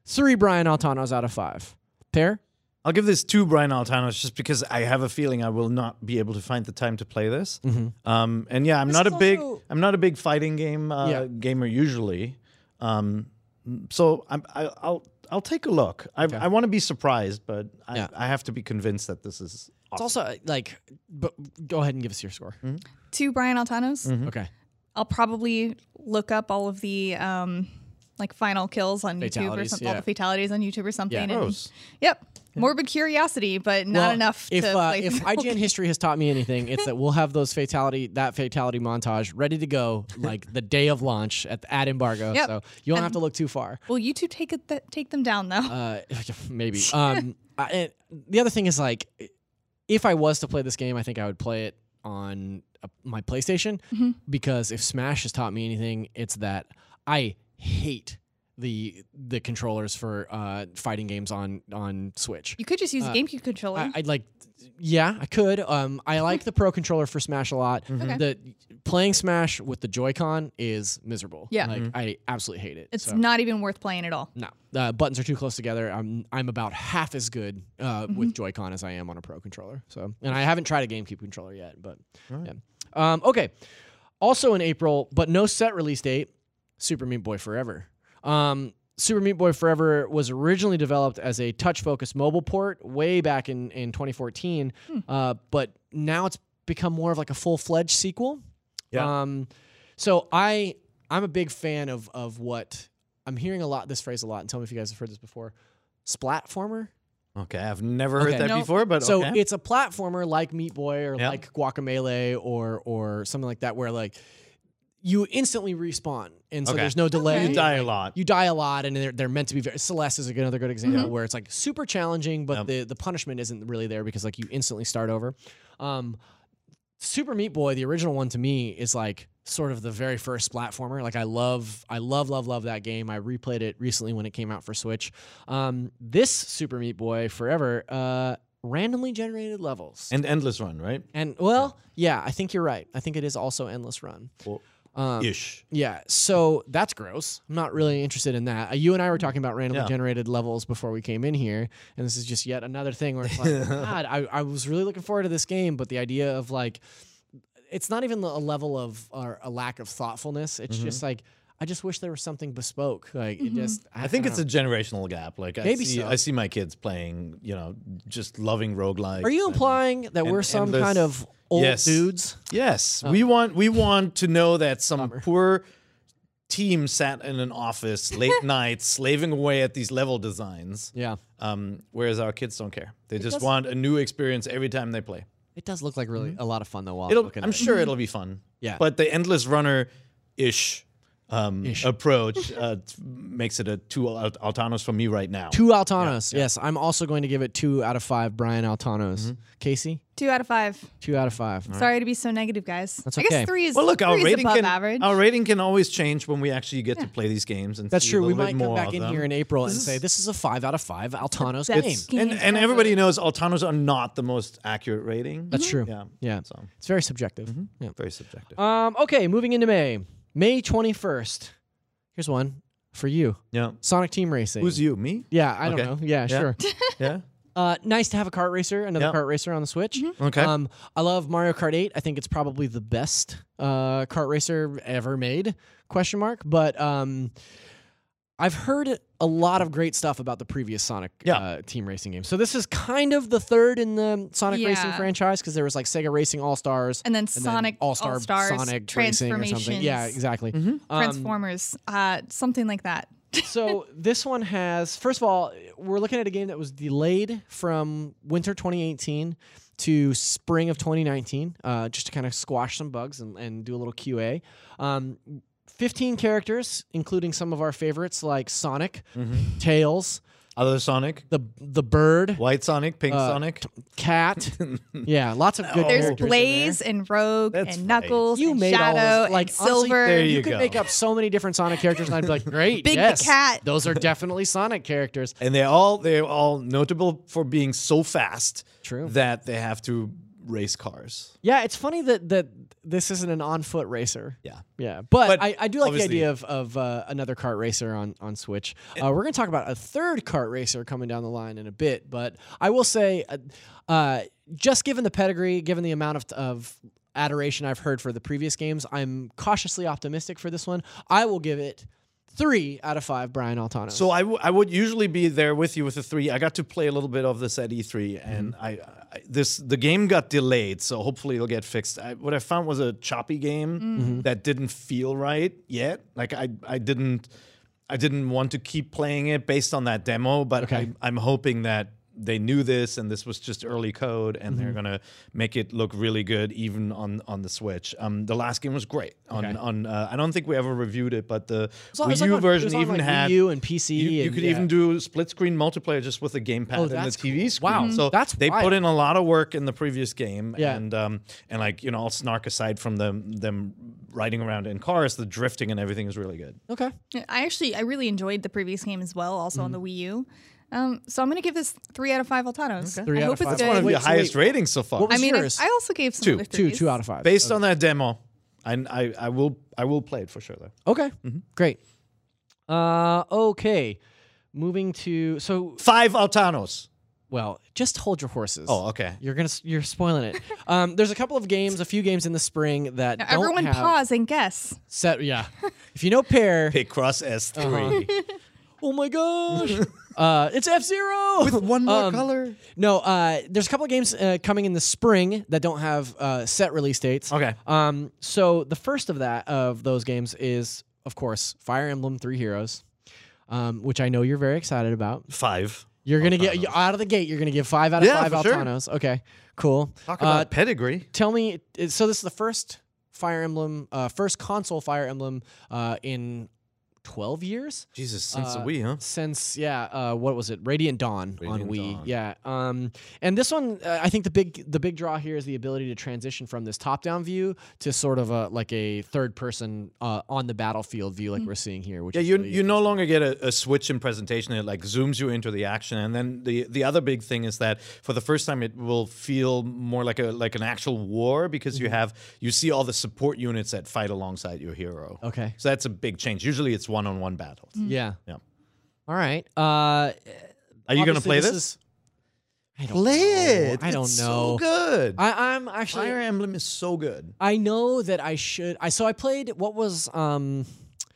three Brian Altanos out of five. Pair?
I'll give this to Brian Altanos just because I have a feeling I will not be able to find the time to play this.
Mm-hmm.
Um, and yeah, I'm not a
is
big
also-
I'm not a big fighting game uh,
Yeah.
gamer usually. Um, so I'm, I, I'll I'll take a look. I, I want to be surprised, but I,
Yeah.
I have to be convinced that this is.
It's also
Awesome.
uh, like, but go ahead and give us your score.
Mm-hmm. Two Brian Altanos.
Okay.
I'll probably look up all of the um, like final kills on YouTube or
Fatalities,
something, all
yeah.
the fatalities on YouTube or something.
Yeah.
and-
Gross.
Yep. Morbid curiosity, but not
Well,
enough
If
to
uh,
play.
if
[laughs] through.
IGN history has taught me anything, it's that we'll have those fatality that fatality montage ready to go like the day of launch at at embargo.
Yep.
So you don't have to look too far.
Will YouTube take it th- take them down though?
Uh, [laughs]
[laughs]
maybe. Um, I, and the other thing is like, if I was to play this game, I think I would play it on uh my PlayStation
Mm-hmm.
because if Smash has taught me anything, it's that I hate the the controllers for uh, fighting games on on Switch.
you could just use a GameCube controller.
uh, I, I'd like, yeah, I could. Um,
[laughs]
I like the Pro Controller for Smash a lot.
Okay.
The playing Smash with the Joy-Con is miserable.
Yeah.
like I absolutely hate it.
it's
so.
not even worth playing at all.
No, uh, buttons are too close together. I'm I'm about half as good uh, with Joy-Con as I am on a Pro controller. So, and I haven't tried a GameCube controller yet, but yeah. Um, okay. Also in April, but no set release date. Super Meat Boy Forever. Um, Super Meat Boy Forever was originally developed as a touch-focused mobile port way back in in 2014, uh, but now it's become more of like a full-fledged sequel.
Yeah.
Um, so I I'm a big fan of of what I'm hearing a lot this phrase a lot. And tell me if you guys have heard this before. Splatformer.
Okay, I've never heard
Okay.
that
Nope.
before, but
So
okay.
it's a platformer like Meat Boy or
Yeah.
like Guacamole or or something like that, where like you instantly respawn, and so
Okay.
there's no delay.
Okay.
You die a lot.
You die a lot, and they're, they're meant to be very. Celeste is another good example where it's like super challenging, but
Mm-hmm. Yep.
the, the punishment isn't really there because like you instantly start over. Um, Super Meat Boy, the original one to me, is like sort of the very first platformer. Like I love, I love, love, love that game. I replayed it recently when it came out for Switch. Um, this Super Meat Boy Forever uh, randomly generated levels.
and endless run, right?
And well, yeah, I think you're right. I think it is also endless run.
Well,
Um,
Ish.
yeah, so that's gross. I'm not really interested in that. Uh, you and I were talking about randomly
Yeah.
generated levels before we came in here, and this is just yet another thing where it's like,
[laughs]
God, I, I was really looking forward to this game, but the idea of like, it's not even a level of or a lack of thoughtfulness.
Mm-hmm.
It's just like, I just wish there was something bespoke. Like, it just, I,
I think
don't
it's a generational gap. Like I
Maybe
see,
so.
I see my kids playing, you know, just loving roguelikes.
know. Are you
and-
implying that we're
and
some
endless-
kind of old
Yes.
dudes?
Yes,
Oh.
we want we want to know that some poor team sat in
[laughs]
an office late night slaving away at these level designs.
Yeah.
Um, whereas our kids don't care. They just
doesn't-
want a new experience every time they play.
It does look like really a lot of fun though. While
It'll,
looking Oh,
I'm
at it.
sure it'll be fun.
Yeah.
But the endless runner ish um,
[laughs]
approach uh, t- makes it a two Al- Altanos for me right now.
Two Altanos. Yes, I'm also going to give it two out of five Brian Altanos.
Mm-hmm.
Casey,
Two out of five.
two out of five.
Sorry to be so negative, guys. That's I
okay.
guess three is
Well, look, our
three is
rating
above
can
average.
our rating can always change when we actually get to play these games and
That's
see
true.
A
We
little
might
bit
come
more
back
of
in
them.
here in April and say this is a five out of five Altanos
best
game.
game.
and
Games
and
ever.
everybody knows Altanos are not the most accurate rating.
That's true.
Yeah.
Yeah.
So
It's very subjective. Yeah.
very subjective.
Um, okay, moving into May. May 21st. Here's one for you.
yeah.
Sonic Team Racing.
Who's
[laughs]
you? Me?
Yeah, I
Okay.
don't know. Yeah,
Yeah. [laughs]
sure.
Yeah.
Uh, nice to have a kart racer, another
Yeah. Mm-hmm.
kart racer on the Switch.
Okay.
Um, I love Mario Kart 8. I think it's probably the best uh, kart racer ever made. Question mark. But um, I've heard a lot of great stuff about the previous Sonic
Yeah.
uh, team racing game. So this is kind of the third in the Sonic racing
Yeah.
franchise because there was like Sega Racing All Stars
and then Sonic All
All-Star
Stars,
Sonic Racing or
Transformations,
something. Yeah, exactly.
Mm-hmm.
Um,
Transformers, uh, something like that. [laughs]
so this one has first of all we're looking at a game that was delayed from winter 2018 to spring of 2019 uh, just to kind of squash some bugs and, and do a little qa um, 15 characters including some of our favorites like sonic tails
Other Sonic,
the the bird
White Sonic, Pink
uh,
Sonic.
cat yeah lots of good
There's
characters in
Blaze and Rogue
That's
and
right.
Knuckles
there. you
and
made all
Shadow
those,
and
like honestly,
Silver.
There
you,
you
could
go.
make up so many different Sonic characters, and I'd be like, "Great,
Big the
yes,
Cat.
those are definitely Sonic characters."
And they're all they're all notable for being so fast
True.
that they have to race cars.
Yeah, it's funny that that this isn't an on foot racer.
Yeah.
Yeah, but,
But
I, I do like the
obviously-
idea of, of uh, another kart racer on on Switch. Uh, we're going to talk about a third kart racer coming down the line in a bit, but I will say, uh, uh, just given the pedigree, given the amount of, of adoration I've heard for the previous games, I'm cautiously optimistic for this one. I will give it three out of five. Brian Altano.
So I, w- I would usually be there with you with the three. I got to play a little bit of this at E3, and
Mm-hmm.
I, I this the game got delayed, so hopefully it'll get fixed. I, what I found was a choppy game that didn't feel right yet. Like I I didn't I didn't want to keep playing it based on that demo, but
Okay.
I, I'm hoping that they knew this and this was just early code and they're
Mm-hmm.
gonna make it look really good even on on the switch um the last game was great on
Okay.
on uh, i don't think we ever reviewed it but the
It's on-
wii
it's like
u
on- it was
version
on,
even
like,
had
Wii U and PC.
you, you
and-
could
yeah.
even do split screen multiplayer just with a gamepad
Oh,
and the
that's
TV
cool.
screen.
Wow.
So
That's
they
wild.
put in a lot of work in the previous game,
Yeah.
and um, and like you know, all snark aside from them them riding around in cars, the drifting and everything is really good.
okay.
I actually I really enjoyed the previous game as well, also
Mm-hmm.
on the Wii U. Um, so I'm gonna give this three out of five Altanos.
Three
I
out
hope
of five. That's
it's good.
one
One of
Wait,
your
so
highest
wait.
ratings so far.
What
I
was
mean, I,
yours?
I also gave some
Two.
other
Two
threes.
two out of five.
Based on that demo, I, I I will I will play it for sure though.
Okay, great.
Mm-hmm.
Uh, okay, moving to so
Five Altanos.
well, just hold your horses.
Oh, okay.
you're gonna s- you're spoiling it. um, there's a couple of games, a few games in the spring that
Now,
don't
everyone
have
pause and guess.
set. Yeah, if you know pair,
Pick Cross S 3
oh my
[laughs]
gosh, uh, it's F Zero
with [laughs] one more
Um,
color.
No, uh, there's a couple of games uh, coming in the spring that don't have uh, set release dates.
Okay.
Um, so the first of that of those games is, of course, Fire Emblem Three Heroes, um, which I know you're very excited about.
Five.
You're gonna get you- out of the gate. You're gonna give five out of
Oh, Yeah,
five
for sure.
Altanos. Okay, cool.
Talk
Uh,
about pedigree.
tell me. So this is the first Fire Emblem, uh, first console Fire Emblem uh, in 12 years.
Jesus, since
Uh,
the Wii, huh?
Since yeah, uh, what was it? Radiant Dawn on
Radiant
Wii.
Dawn.
Yeah. Um, and this one, uh, I think the big the big draw here is the ability to transition from this top down view to sort of a like a third person uh, on the battlefield view, like we're seeing here. Which
Yeah,
is
you
really
you no longer get a, a switch in presentation. It like zooms you into the action, and then the the other big thing is that for the first time, it will feel more like a like an actual war because
Mm-hmm.
you have you see all the support units that fight alongside your hero.
okay.
So that's a big change. Usually, it's one on one battles.
Yeah.
Yeah.
All right. Uh,
Are you going to
obviously
play
this
this?
is- I don't
play
know.
it.
I don't
It's
know.
So good.
I, I'm actually.
Fire Emblem is so good.
I know that I should. I so I played. What was um?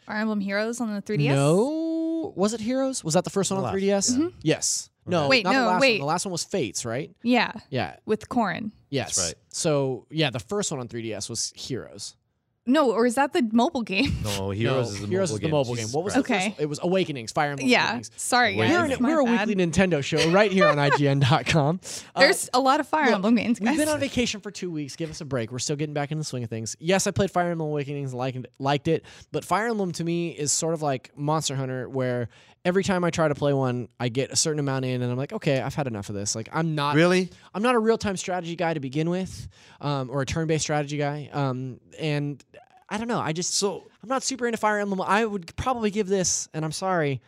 Fire Emblem Heroes on the 3DS.
No, was it Heroes? Was that the first one
The
on
last,
3DS? Yes. No.
Mm-hmm. Wait,
not The
no,
last
wait.
One. The last one was Fates, right?
Yeah,
Yeah.
with Corrin.
Yes.
right.
So yeah, the first one on 3DS was Heroes.
No, or is that the mobile game?
No,
No,
Heroes is the
Heroes
mobile
is
game.
the mobile
Jesus
game. What was
Christ.
the first
Okay.
one? It was Awakenings. Fire Emblem.
[laughs] yeah,
Awakenings.
sorry
Wait,
guys.
We're, an,
My
we're a
bad.
weekly Nintendo show right here on IGN.com. Uh,
There's a lot of Fire
look,
Emblem games, guys.
We've been on vacation for two weeks. Give us a break. We're still getting back in the swing of things. Yes, I played Fire Emblem Awakenings and liked, liked it, but Fire Emblem to me is sort of like Monster Hunter, where every time I try to play one, I get a certain amount in, and I'm like, okay, I've had enough of this. Like, I'm not
Really?
I'm not a real time strategy guy to begin with, um, or a turn based strategy guy. Um, and I don't know. I just
So
I'm not super into Fire Emblem. I would probably give this, and I'm sorry,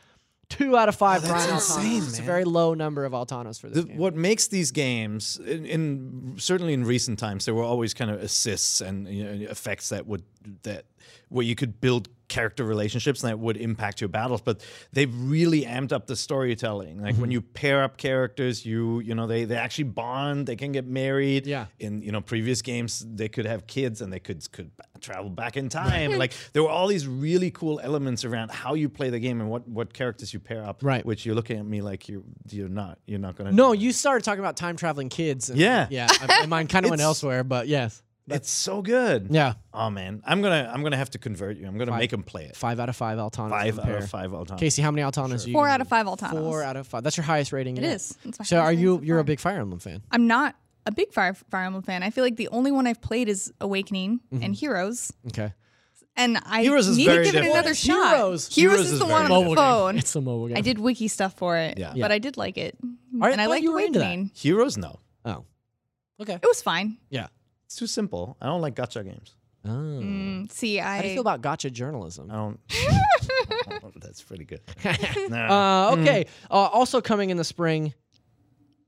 two out of five.
Oh, that's
Brian
insane,
Altanos. It's a
man.
very low number of Altanos for this.
The,
game.
what makes these games, in, in certainly in recent times, there were always kind of assists and you know, effects that would that where you could build character relationships and that would impact your battles. But they've really amped up the storytelling. Like
Mm-hmm.
when you pair up characters, you you know they they actually bond. They can get married.
Yeah.
In you know previous games, they could have kids and they could could b- travel back in time.
[laughs]
like there were all these really cool elements around how you play the game and what what characters you pair up.
Right.
Which you're looking at me like you you're not you're not gonna
No, you started talking about time traveling kids. And
Yeah.
yeah. I, and mine kind of went
[laughs] It's-
elsewhere, but yes,
It's so good.
yeah.
Oh man, I'm gonna I'm gonna have to convert you. I'm gonna make him play it.
Five out of five Altanos.
Five
on
out
pair.
of five all time.
Casey, how many Altanos? Are you
Four
gonna
out of
do?
five Altanos.
Four out of five. That's your highest rating.
It
yet.
is. It's my
So
highest
are
rating
you?
so
You're a
far.
big Fire Emblem fan.
I'm not a big Fire, Fire Emblem fan. I feel like the only one I've played is Awakening
Mm-hmm.
and Heroes,
Okay.
and I
Heroes is
need to
very
give it
different.
another
It's
shot.
Heroes.
Heroes
is,
is
the
very
one on the
different.
[laughs]
phone.
It's a mobile game.
I did wiki stuff for it,
Yeah.
but I did like it,
I
and I
thought
liked
you were into that.
Awakening.
Heroes, no.
Oh. Okay.
It was fine.
Yeah.
It's too simple. I don't like gotcha games.
Oh.
Mm, see, I
How do you feel about gotcha journalism? [laughs]
I don't. [laughs] Oh, that's pretty good. [laughs] Nah.
Uh, okay. Uh, also coming in the spring,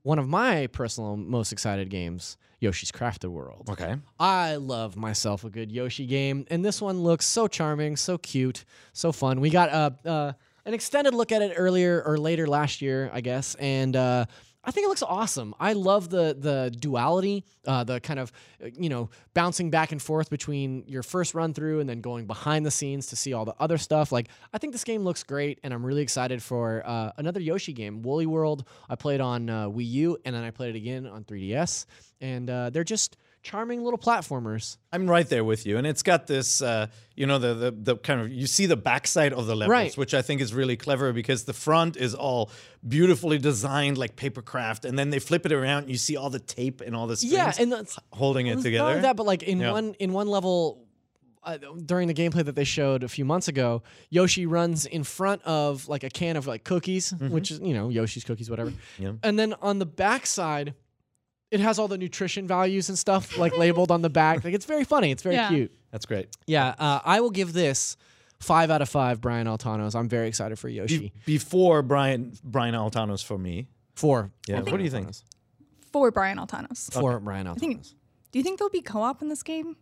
one of my personal most excited games, Yoshi's Crafted World.
okay.
I love myself a good Yoshi game, and this one looks so charming, so cute, so fun. We got uh, uh, an extended look at it earlier or later last year, I guess, and uh, I think it looks awesome. I love the the duality, uh, the kind of uh, you know bouncing back and forth between your first run through and then going behind the scenes to see all the other stuff. Like I think this game looks great, and I'm really excited for uh, another Yoshi game, Woolly World. I played on uh, Wii U, and then I played it again on 3DS, and uh, they're just charming little platformers.
I'm right there with you, and it's got this, uh, you know, the, the the kind of you see the backside of the levels,
Right.
which I think is really clever because the front is all beautifully designed like paper craft, and then they flip it around, you see all the tape and all the strings
Yeah, and that's
holding it
not
together.
only that, but like in
Yeah.
one in one level. Uh, during the gameplay that they showed a few months ago, Yoshi runs in front of like a can of like cookies, which is you know Yoshi's cookies, whatever.
Yeah.
And then on the backside, it has all the nutrition values and stuff like labeled on the back. Like it's very funny. It's very
Yeah.
cute.
That's great.
Yeah, uh, I will give this five out of five. Brian Altanos. I'm very excited for Yoshi.
Be- before Brian Brian Altanos for me.
Four. Four
Yeah. What do you
Brian
think?
Altanos.
for Brian Altanos.
Four Brian Altanos.
I think. Do you think there'll be co-op in this game?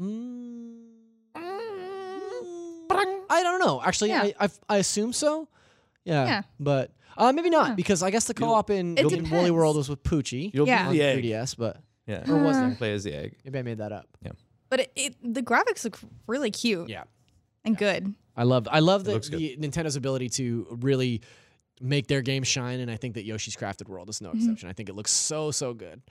Mm.
Mm. I don't know. Actually,
Yeah.
I, I I assume so. Yeah.
Yeah.
But uh, maybe not because I guess the co-op in,
It
in Woolly
depends.
World was with Poochie
You'll
Yeah.
be
Mm.
on
the egg.
3DS, but
Yeah.
or was there?
Play as the egg.
Maybe I made that up.
But it, it the graphics look really cute
Yeah.
and good.
I love I love the,
looks good.
the Nintendo's ability to really make their game shine, and I think that Yoshi's Crafted World is no
Mm-hmm.
exception. I think it looks so so good.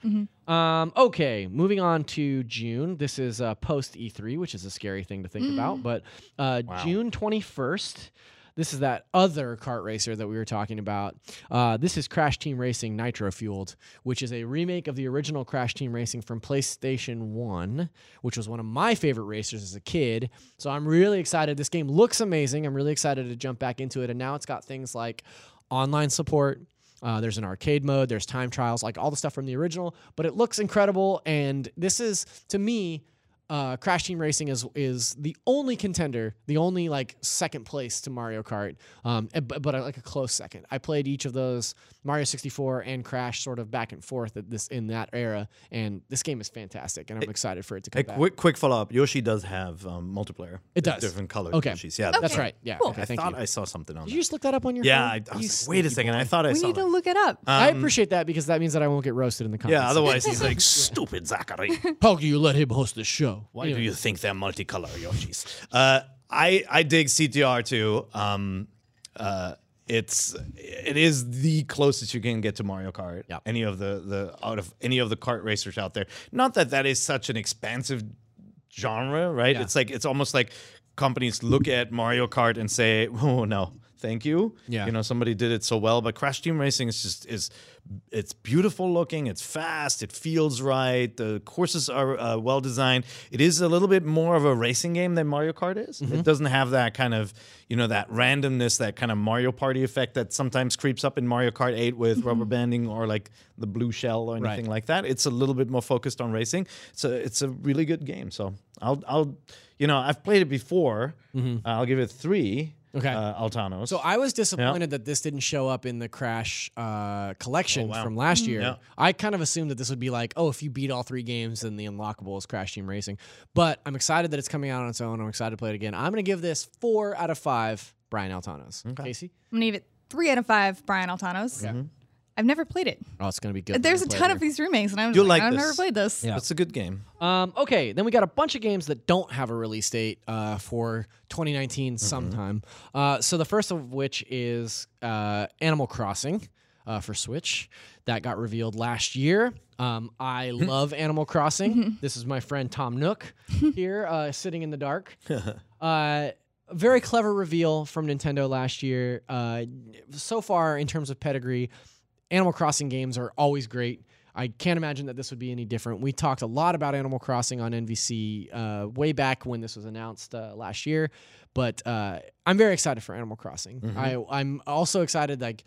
Um, okay, moving on to June. This is E
Mm.
uh, post E3, which is a scary thing to think about, but uh, June twenty first. This is that other kart racer that we were talking about. Uh, this is Crash Team Racing Nitro Fueled, which is a remake of the original Crash Team Racing from PlayStation 1, which was one of my favorite racers as a kid. So I'm really excited. This game looks amazing. I'm really excited to jump back into it. And now it's got things like online support. Uh, there's an arcade mode, there's time trials, like all the stuff from the original, but it looks incredible. And this is, to me, uh, Crash Team Racing is is the only contender, the only like second place to Mario Kart, um, and- but, but uh, like a close second. I played each of those Mario 64 and Crash sort of back and forth at this in that era, and this game is fantastic, and I'm excited for it to come
A
back.
quick, quick follow up. Yoshi does have um, multiplayer.
It
with
does.
Different colored
Okay.
Yoshis. Yeah,
That's
Okay.
right. Yeah.
Cool.
Okay.
I
Thank
thought
you.
I saw something on
Did
that.
you just look that up on your
yeah,
phone?
I, I
You
was like, wait a
sneaky
second.
boy.
I thought I
We
saw
need to
that.
look it up.
I
Um,
appreciate that because that means that I won't get roasted in the comments.
Yeah, otherwise
[laughs]
he's like, stupid Zachary.
how can you let him host the show?
Why
Anyway.
do you think they're multicolor Yoshis? Uh, I I dig CTR too. Um, uh, it's it is the closest you can get to Mario Kart.
Yep.
Any of the the out of any of the kart racers out there. Not that that is such an expansive genre, right?
Yeah.
It's like it's almost like companies look at Mario Kart and say, "Oh no, thank you."
Yeah.
You know, somebody did it so well, but Crash Team Racing is just is it's beautiful looking, it's fast, it feels right. The courses are uh, well designed. It is a little bit more of a racing game than Mario Kart is.
Mm-hmm.
It doesn't have that kind of, you know, that randomness, that kind of Mario Party effect that sometimes creeps up in Mario Kart 8 with rubber banding or like the blue shell or
Mm-hmm.
anything
Right.
like like that. It's a little bit more focused on racing. So it's a really good game. So I'll I'll you know I've played it before. Uh, I'll give it
Mm-hmm.
three.
Okay.
Uh, Altanos.
So I was disappointed that this didn't show up in the Crash uh, collection from last year.
Yeah.
I kind of assumed that this would be like, oh, if you beat all three games, then the unlockable is Crash Team Racing. But I'm excited that it's coming out on its own. I'm excited to play it again. I'm going to give this four out of five Brian Altanos. Casey?
I'm gonna give it three out of five Brian Altanos.
Mm-hmm.
I've never played it.
Oh, it's going to be good.
There's
We're
a
gonna play
ton
it
of these remakes, and I'm
You'll
like,
like
I've
this.
never played this.
Yeah.
it's a good game.
Um, okay, then we got a bunch of games that don't have a release date uh, for 2019 sometime. Uh, so the first of which is uh, Animal Crossing uh, for Switch that got revealed last year. Um, I love Animal Crossing. this is my friend Tom Nook here uh, sitting in the dark. Uh, very clever reveal from Nintendo last year. Uh, so far, in terms of pedigree, Animal Crossing games are always great. I can't imagine that this would be any different. We talked a lot about Animal Crossing on NVC uh, way back when this was announced uh, last year, but uh, I'm very excited for Animal Crossing. I, I'm also excited, like,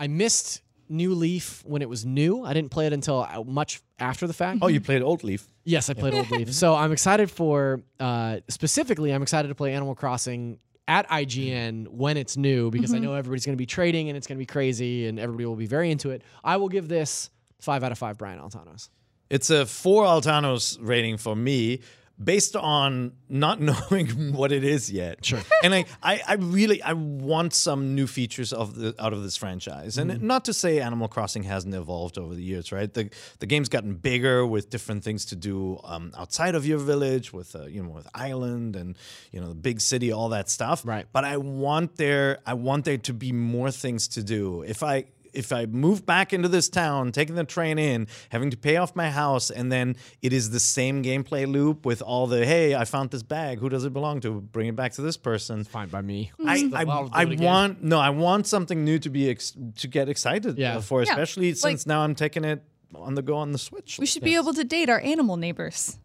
I missed New Leaf when it was new. I didn't play it until uh, much after the fact.
Oh, you played Old Leaf.
Yes, I played Old
[laughs]
Leaf. So I'm excited for uh, specifically. I'm excited to play Animal Crossing at IGN when it's new because
Mm-hmm.
I know everybody's going to be trading and it's going to be crazy and everybody will be very into it. I will give this five out of five Brian Altanos.
It's a four Altanos rating for me based on not [laughs] knowing what it is yet. Sure. [laughs] And I, I, I really I want some new features of the out of this franchise. And not to say Animal Crossing hasn't evolved over the years, right? The the game's gotten bigger with different things to do um, outside of your village with uh, you know with island and you know the big city all that stuff.
Right.
But I want there I want there to be more things to do. If I if I move back into this town, taking the train in, having to pay off my house, and then it is the same gameplay loop with all the hey, I found this bag. Who does it belong to? Bring it back to this person.
Fine by
[laughs]
me.
I, I,
Well, I'll do
I
it again.
want no, I want something new to be ex- to get excited
Yeah.
for,
Yeah,
especially
like-
since now I'm taking it on the go on the Switch.
We should be able to date our animal neighbors.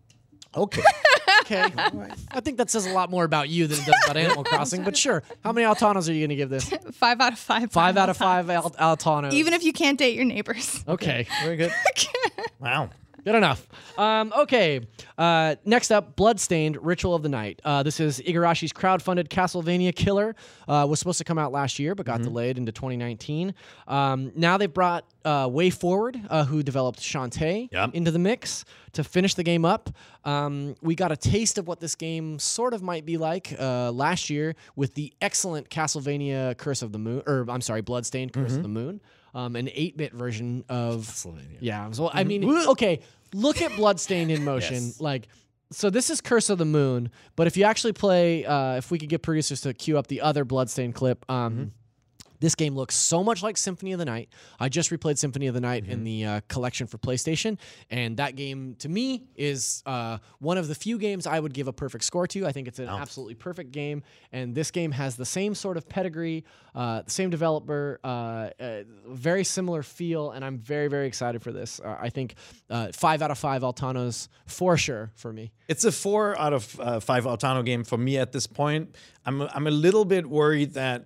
Okay,
Okay. I think that says a lot more about you than it does about
[laughs]
Animal Crossing, but sure. How many Altanos are you going to give this?
Five out of five.
Five
Brian
out of five Al- Altanos.
Even if you can't date your neighbors.
Okay.
very
[laughs]
good. wow.
Good enough. Um, okay. Uh, next up, Bloodstained Ritual of the Night. Uh, this is Igarashi's crowdfunded Castlevania killer. Uh, was supposed to come out last year, but got delayed into 2019. Um, now they've brought uh, Way Forward, uh, who developed Shantae,
Yep.
into the mix to finish the game up. Um, we got a taste of what this game sort of might be like uh, last year with the excellent Castlevania Curse of the Moon, or I'm sorry, Bloodstained Curse of the Moon, um, an 8 bit version of. Yeah. So, I mean, okay, look at Bloodstained in motion.
Yes.
Like, so this is Curse of the Moon, but if you actually play, uh, if we could get producers to cue up the other Bloodstained clip, um, This game looks so much like Symphony of the Night. I just replayed Symphony of the Night
Mm-hmm.
in the uh, collection for PlayStation, and that game to me is uh, one of the few games I would give a perfect score to. I think it's an absolutely perfect game, and this game has the same sort of pedigree, uh, same developer, uh, uh, very similar feel, and I'm very very excited for this. Uh, I think uh, five out of five Altanos for sure for me.
It's a four out of uh, five Altano game for me at this point. I'm I'm a little bit worried that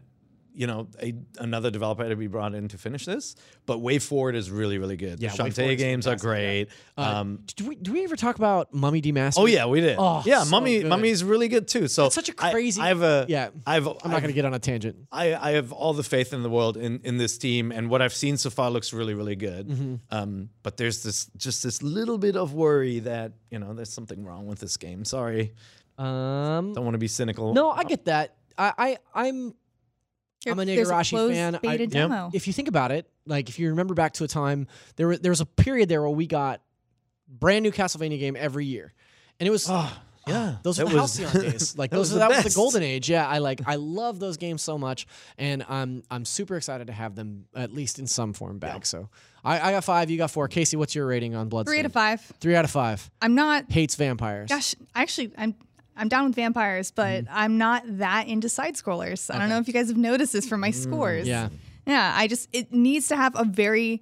you know a, another developer had to be brought in to finish this, but Way Forward is really really good.
Yeah, Way
the Shantae
Forward's
games are great.
Uh,
Um,
Do we, do we ever talk about Mummy Demastered?
Oh yeah, we did.
Oh,
yeah,
so
mummy,
good.
mummy's really good too. So
It's such a crazy-
I, I have a.
yeah.
I've.
I'm not going to get on a tangent.
I, I have all the faith in the world in, in this team, and what I've seen so far looks really, really good.
Mm. Mm-hmm.
Um, but there's this just this little bit of worry that you know there's something wrong with this game. Sorry,
Um,
don't want to be cynical.
no, I get that. I, I I'm I'm an
There's a
Igarashi
closed
fan. I-
Beta
Yep.
demo.
if you think about it, like if you remember back to a time, there were, there was a period there where we got brand new Castlevania game every year, and it was
Oh, yeah,
[sighs] those were
that
the
was-
halcyon
[laughs]
days. Like
that
those
was
are-
the
that was
best.
the golden age. Yeah, I like I love those games so much, and I'm I'm super excited to have them at least in some form back. So I, I got five, you got four. Casey, what's your rating on Bloodstained?
Three out of five.
Three out of five.
I'm not.
Hates vampires.
Gosh, actually, I'm. I'm down with vampires,
Mm.
but I'm not that into side scrollers. I don't know if you guys have noticed this from my scores.
Mm, yeah.
Yeah, I just it needs to have a very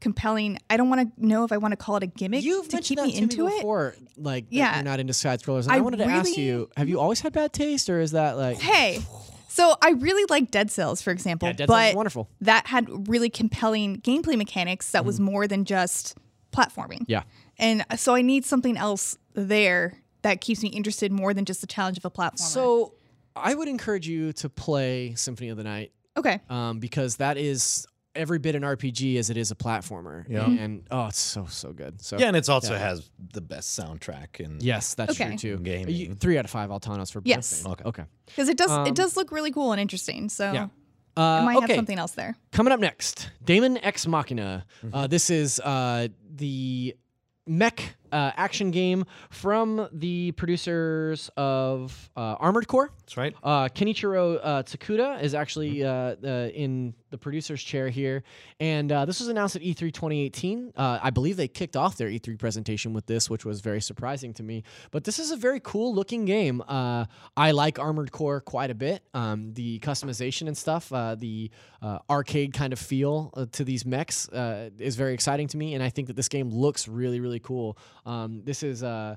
compelling. I don't want to know if I want to call it a gimmick
You've
to keep
mentioned that
me
to
into
me
it.
before, like that
Yeah.
you're not into side scrollers. And I,
I
wanted to ask
really-
you: Have you always had bad taste, or is that like?
Hey, so I really like Dead Cells, for example,
Yeah, Dead Cells
but
is wonderful.
that had really compelling gameplay mechanics that was more than just platforming.
Mm. Yeah,
And so I need something else there that keeps me interested more than just the challenge of a platformer.
so I would encourage you to play Symphony of the Night
okay,
um, because that is every bit an RPG as it is a platformer.
Yeah.
and oh, it's so so good. So
yeah, and it's also has the best soundtrack and
yes, that's
Okay.
true too.
Gaming.
You- three out of five Altanos for
Yes.
Bloodstained. Okay.
because it does it does look really cool and interesting. So
Um, Yeah.
I
Uh,
might
okay.
have something else there.
Coming up next, Damon Ex Machina. Uh, this is uh, the mech uh, action game from the producers of uh, Armored Core.
That's right.
Uh, Kenichiro uh, Tsukuda is actually uh, uh, in the producer's chair here. And uh, this was announced at E3 2018. Uh, I believe they kicked off their E3 presentation with this, which was very surprising to me. But this is a very cool looking game. Uh, I like Armored Core quite a bit. Um, the customization and stuff, uh, the uh, arcade kind of feel uh, to these mechs uh, is very exciting to me. And I think that this game looks really, really cool. Um, this is. Uh,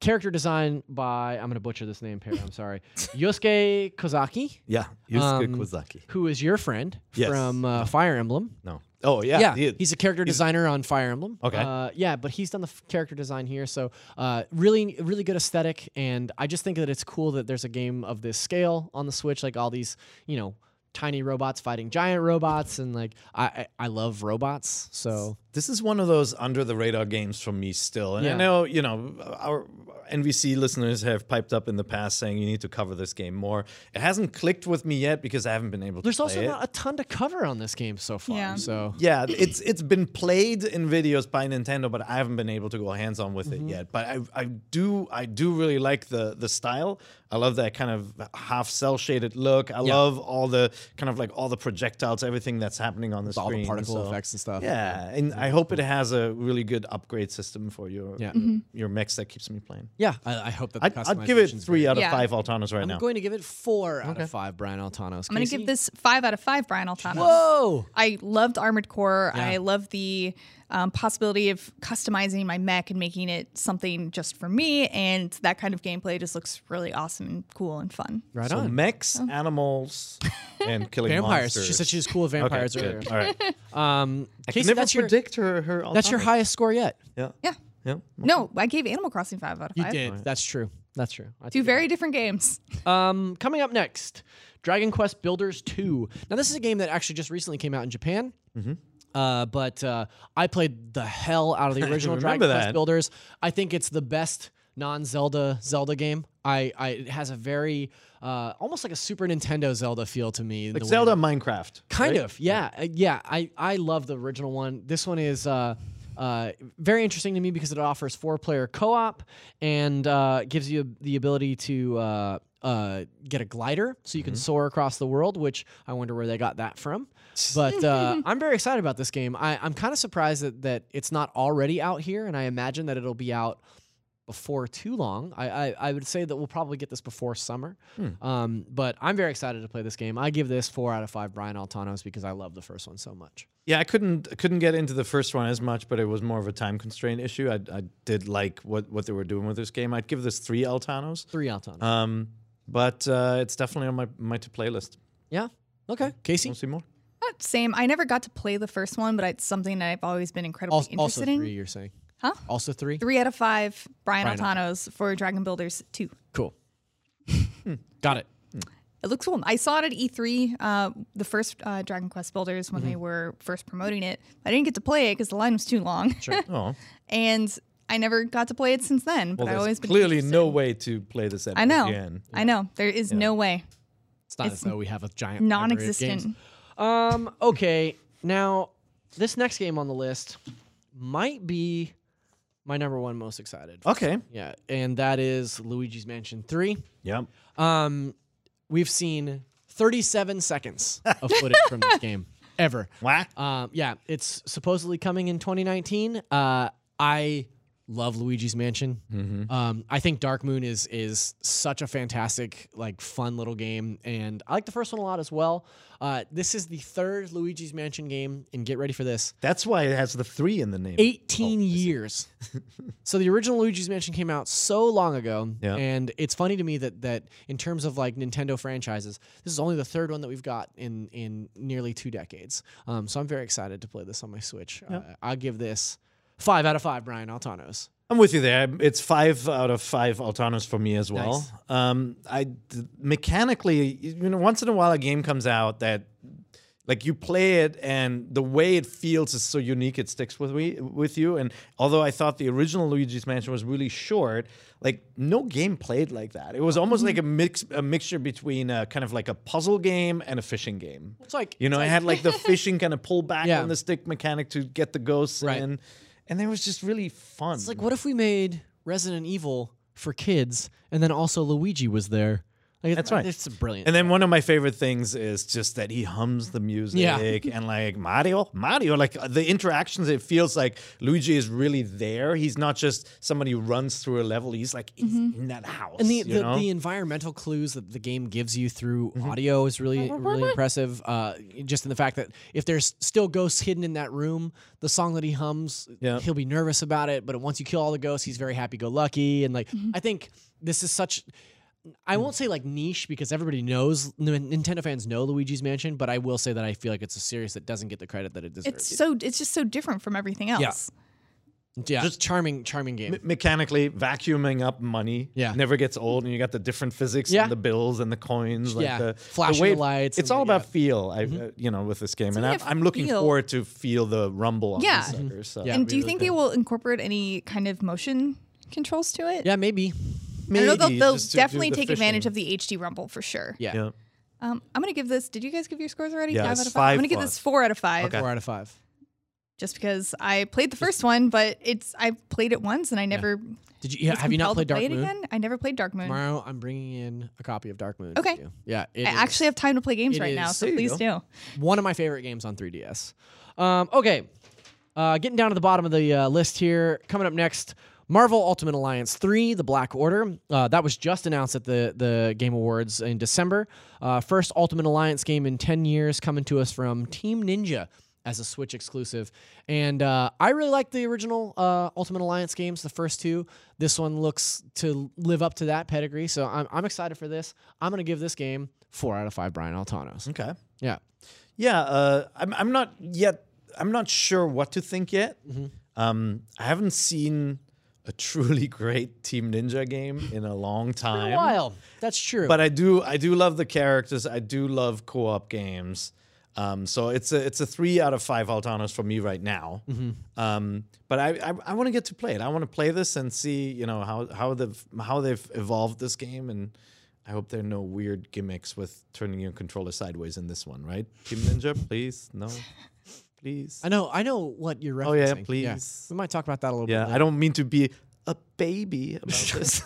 character design by I'm gonna butcher this name, Perry. I'm
[laughs]
sorry, Yosuke Kozaki,
Yeah, Yusuke
Um,
Kozaki.
who is your friend
Yes.
from uh, Fire Emblem.
No. Oh yeah.
Yeah,
the-
he's a character designer on Fire Emblem.
Okay.
Uh, yeah, but he's done the f- character design here, so uh, really, really good aesthetic, and I just think that it's cool that there's a game of this scale on the Switch, like all these, you know, tiny robots fighting giant robots, and like I, I, I love robots, so
this is one of those under the radar games for me still. And
Yeah.
I know, you know, our NVC listeners have piped up in the past saying you need to cover this game more. It hasn't clicked with me yet because I haven't been able to
there's
play
also
it.
not a ton to cover on this game so far.
Yeah.
So
yeah, it's it's been played in videos by Nintendo, but I haven't been able to go hands on with
Mm-hmm.
it yet. But I, I do I do really like the the style. I love that kind of half cell shaded look. I love all the kind of like all the projectiles, everything that's happening on the
all
screen.
the particle
so-
effects and stuff.
Yeah, and I hope it has a really good upgrade system for your
Yeah.
your mechs that keeps me playing.
Yeah, I, I hope that the
I'd, I'd give it
customization's
three out of
Yeah.
five Altanas right
I'm
now.
going to give it four out of five Brian Altanos.
I'm gonna give this five out of five, Brian Altano.
Whoa!
I loved Armored Core.
Yeah.
I love the um, possibility of customizing my mech and making it something just for me. And that kind of gameplay just looks really awesome and cool and fun.
Right
so
on.
mechs, animals,
[laughs]
and killing
Vampires.
Monsters.
She said she was cool with
Okay,
vampires earlier.
good. All right.
Um,
I
Casey,
can never
that's your
predict her. her
that's your
Altanas.
highest score yet.
Yeah.
Yeah.
Yeah.
No, I gave Animal Crossing five out of five.
That's true. That's true. I
Two
take it back.
very different games. [laughs]
Um, coming up next, Dragon Quest Builders 2. Now, this is a game that actually just recently came out in Japan. Uh, but uh, I played the hell [laughs] out of the original Dragon
remember
Quest
that.
Builders. I think it's the best non-Zelda Zelda game. I, I it has a very uh, almost like a Super Nintendo Zelda feel to me. the way
Zelda Minecraft.
Kind
right?
of, yeah, Uh, yeah. I I love the original one. This one is uh, Uh, very interesting to me because it offers four player co op and uh, gives you the ability to. Uh, uh, get a glider so you can soar across the world, which I wonder where they got that from. But uh, I'm very excited about this game. I, I'm kind of surprised that, that it's not already out here, and I imagine that it'll be out before too long. I, I, I would say that we'll probably get this before summer. Um, but I'm very excited to play this game. I give this four out of five Brian Altanos because I love the first one so much.
Yeah, I couldn't I couldn't get into the first one as much, but it was more of a time constraint issue. I, I did like what, what they were doing with this game. I'd give this three Altanos,
Three Altanos.
um, but uh, it's definitely on my my to play list.
yeah. Okay. Casey?
We'll see more.
Not same. I never got to play the first one, but it's something that I've always been incredibly
Also, also
interested
three,
in.
you're saying?
Huh?
Also three?
Three out of five Brian,
Brian
Altanos for Dragon Builders 2.
Cool. Hmm. got it.
It looks cool. I saw it at E3, uh, the first uh, Dragon Quest Builders, when
Mm-hmm.
they were first promoting it. I didn't get to play it because the line was too long. Sure.
Oh,
[laughs] and I never got to play it since then. But
well,
I
there's
always been
clearly
interested.
no way to play this at
I know.
again.
I know. There is no way.
It's not as though we have a giant
Non
library of games.
existent.
Um. Okay. Now, this next game on the list might be my number one most excited.
Okay.
Yeah, and that is Luigi's Mansion Three.
Yep.
Um, we've seen 37 seconds of footage from this game ever.
What?
Um, yeah, it's supposedly coming in 2019. Uh, I love Luigi's Mansion. Um, I think Dark Moon is is such a fantastic, like, fun little game, and I like the first one a lot as well. Uh, this is the third Luigi's Mansion game, and get ready for this.
That's why it has the three in the name.
18
Oh,
years. so the original Luigi's Mansion came out so long ago,
Yeah.
and it's funny to me that that in terms of like Nintendo franchises, this is only the third one that we've got in in nearly two decades. Um, so I'm very excited to play this on my Switch. Uh, I'll give this five out of five, Brian Altanos.
I'm with you there. It's five out of five Altanos for me as well.
Nice.
Um, I d- mechanically, you know, once in a while a game comes out that, like, you play it and the way it feels is so unique it sticks with me with you. And although I thought the original Luigi's Mansion was really short, like no game played like that. It was almost like a
Mm-hmm.
mix, a mixture between a, kind of like a puzzle game and a fishing game.
It's like
You know, I had like
[laughs]
the fishing kind of pull back
Yeah.
on the stick mechanic to get the ghosts
Right.
in. And it was just really fun.
it's like what if we made Resident Evil for kids, and then also Luigi was there. Like,
That's right.
It's brilliant.
And then one of my favorite things is just that he hums the music
Yeah.
and like Mario, Mario, like uh, the interactions, it feels like Luigi is really there. He's not just somebody who runs through a level. He's like he's in that house.
Mm-hmm. And the,
you
the,
know? Mm-hmm.
the environmental clues that the game gives you through audio is really really impressive. Uh, just in the fact that if there's still ghosts hidden in that room, the song that he hums,
Yeah.
he'll be nervous about it. But once you kill all the ghosts, he's very happy go lucky. And like I think this is such. I won't say like niche because everybody knows N- Nintendo fans know Luigi's Mansion, but I will say that I feel like it's a series that doesn't get the credit that it deserves.
It's so it's just so different from everything else.
yeah, just charming, charming game.
mechanically vacuuming up money
Yeah.
never gets old and you got the different physics
Yeah.
and the bills and the coins like
Yeah.
the the
Flashing
way-
the lights
it's
and
all
the- Mm-hmm.
about feel I uh, you know with this game and
really
I'm,
a
I'm looking
feel.
forward to feel the rumble on
Yeah.
the sucker, so.
Yeah.
and do you
really
think they will incorporate any kind of motion controls to it?
yeah, maybe.
I know they'll,
Maybe
they'll
just to do
definitely
the
take
fishing.
advantage of the HD Rumble for sure.
Yeah,
yeah
Um, I'm gonna give this. Did you guys give your scores already?
Yeah,
five
it's
out of five. I'm
five
gonna give
plus.
this four out of five,
Okay.
four out of five.
just because I played the first one, but it's I played it once and I never.
Did you
was
have you not played
compelled to
Dark
play it
Moon?
again? I never played Dark Moon.
Tomorrow, I'm bringing in a copy of Dark Moon. for
Okay.
you. Yeah. it
I
is
actually have time to play games
It
right now,
is-
so
there you
please do.
one of my favorite games on 3DS. Um, okay. Uh, getting down to the bottom of the uh, list here. Coming up next, Marvel Ultimate Alliance 3, The Black Order. Uh, that was just announced at the, the Game Awards in December. Uh, first Ultimate Alliance game in 10 years coming to us from Team Ninja as a Switch exclusive. And uh, I really like the original uh, Ultimate Alliance games, the first two. This one looks to live up to that pedigree. So I'm, I'm excited for this. I'm going to give this game 4 out of 5 Brian Altanos.
okay
Yeah.
Yeah, uh, I'm. I'm not yet. I'm not sure what to think yet. Um, I haven't seen a [laughs] truly great Team Ninja game in a long time.
a while. That's true.
But I do. I do love the characters. I do love co-op games. Um, so it's a it's a three out of five Altanos for me right now. Um, but I I, I want to get to play it. I want to play this and see you know how how the how they've evolved this game and. I hope there are no weird gimmicks with turning your controller sideways in this one, right? Team Ninja, please, no. please.
I know, I know what you're referencing.
Oh, yeah, please.
We might talk about that a little
yeah,
bit.
I don't mean to be a baby [laughs] about this.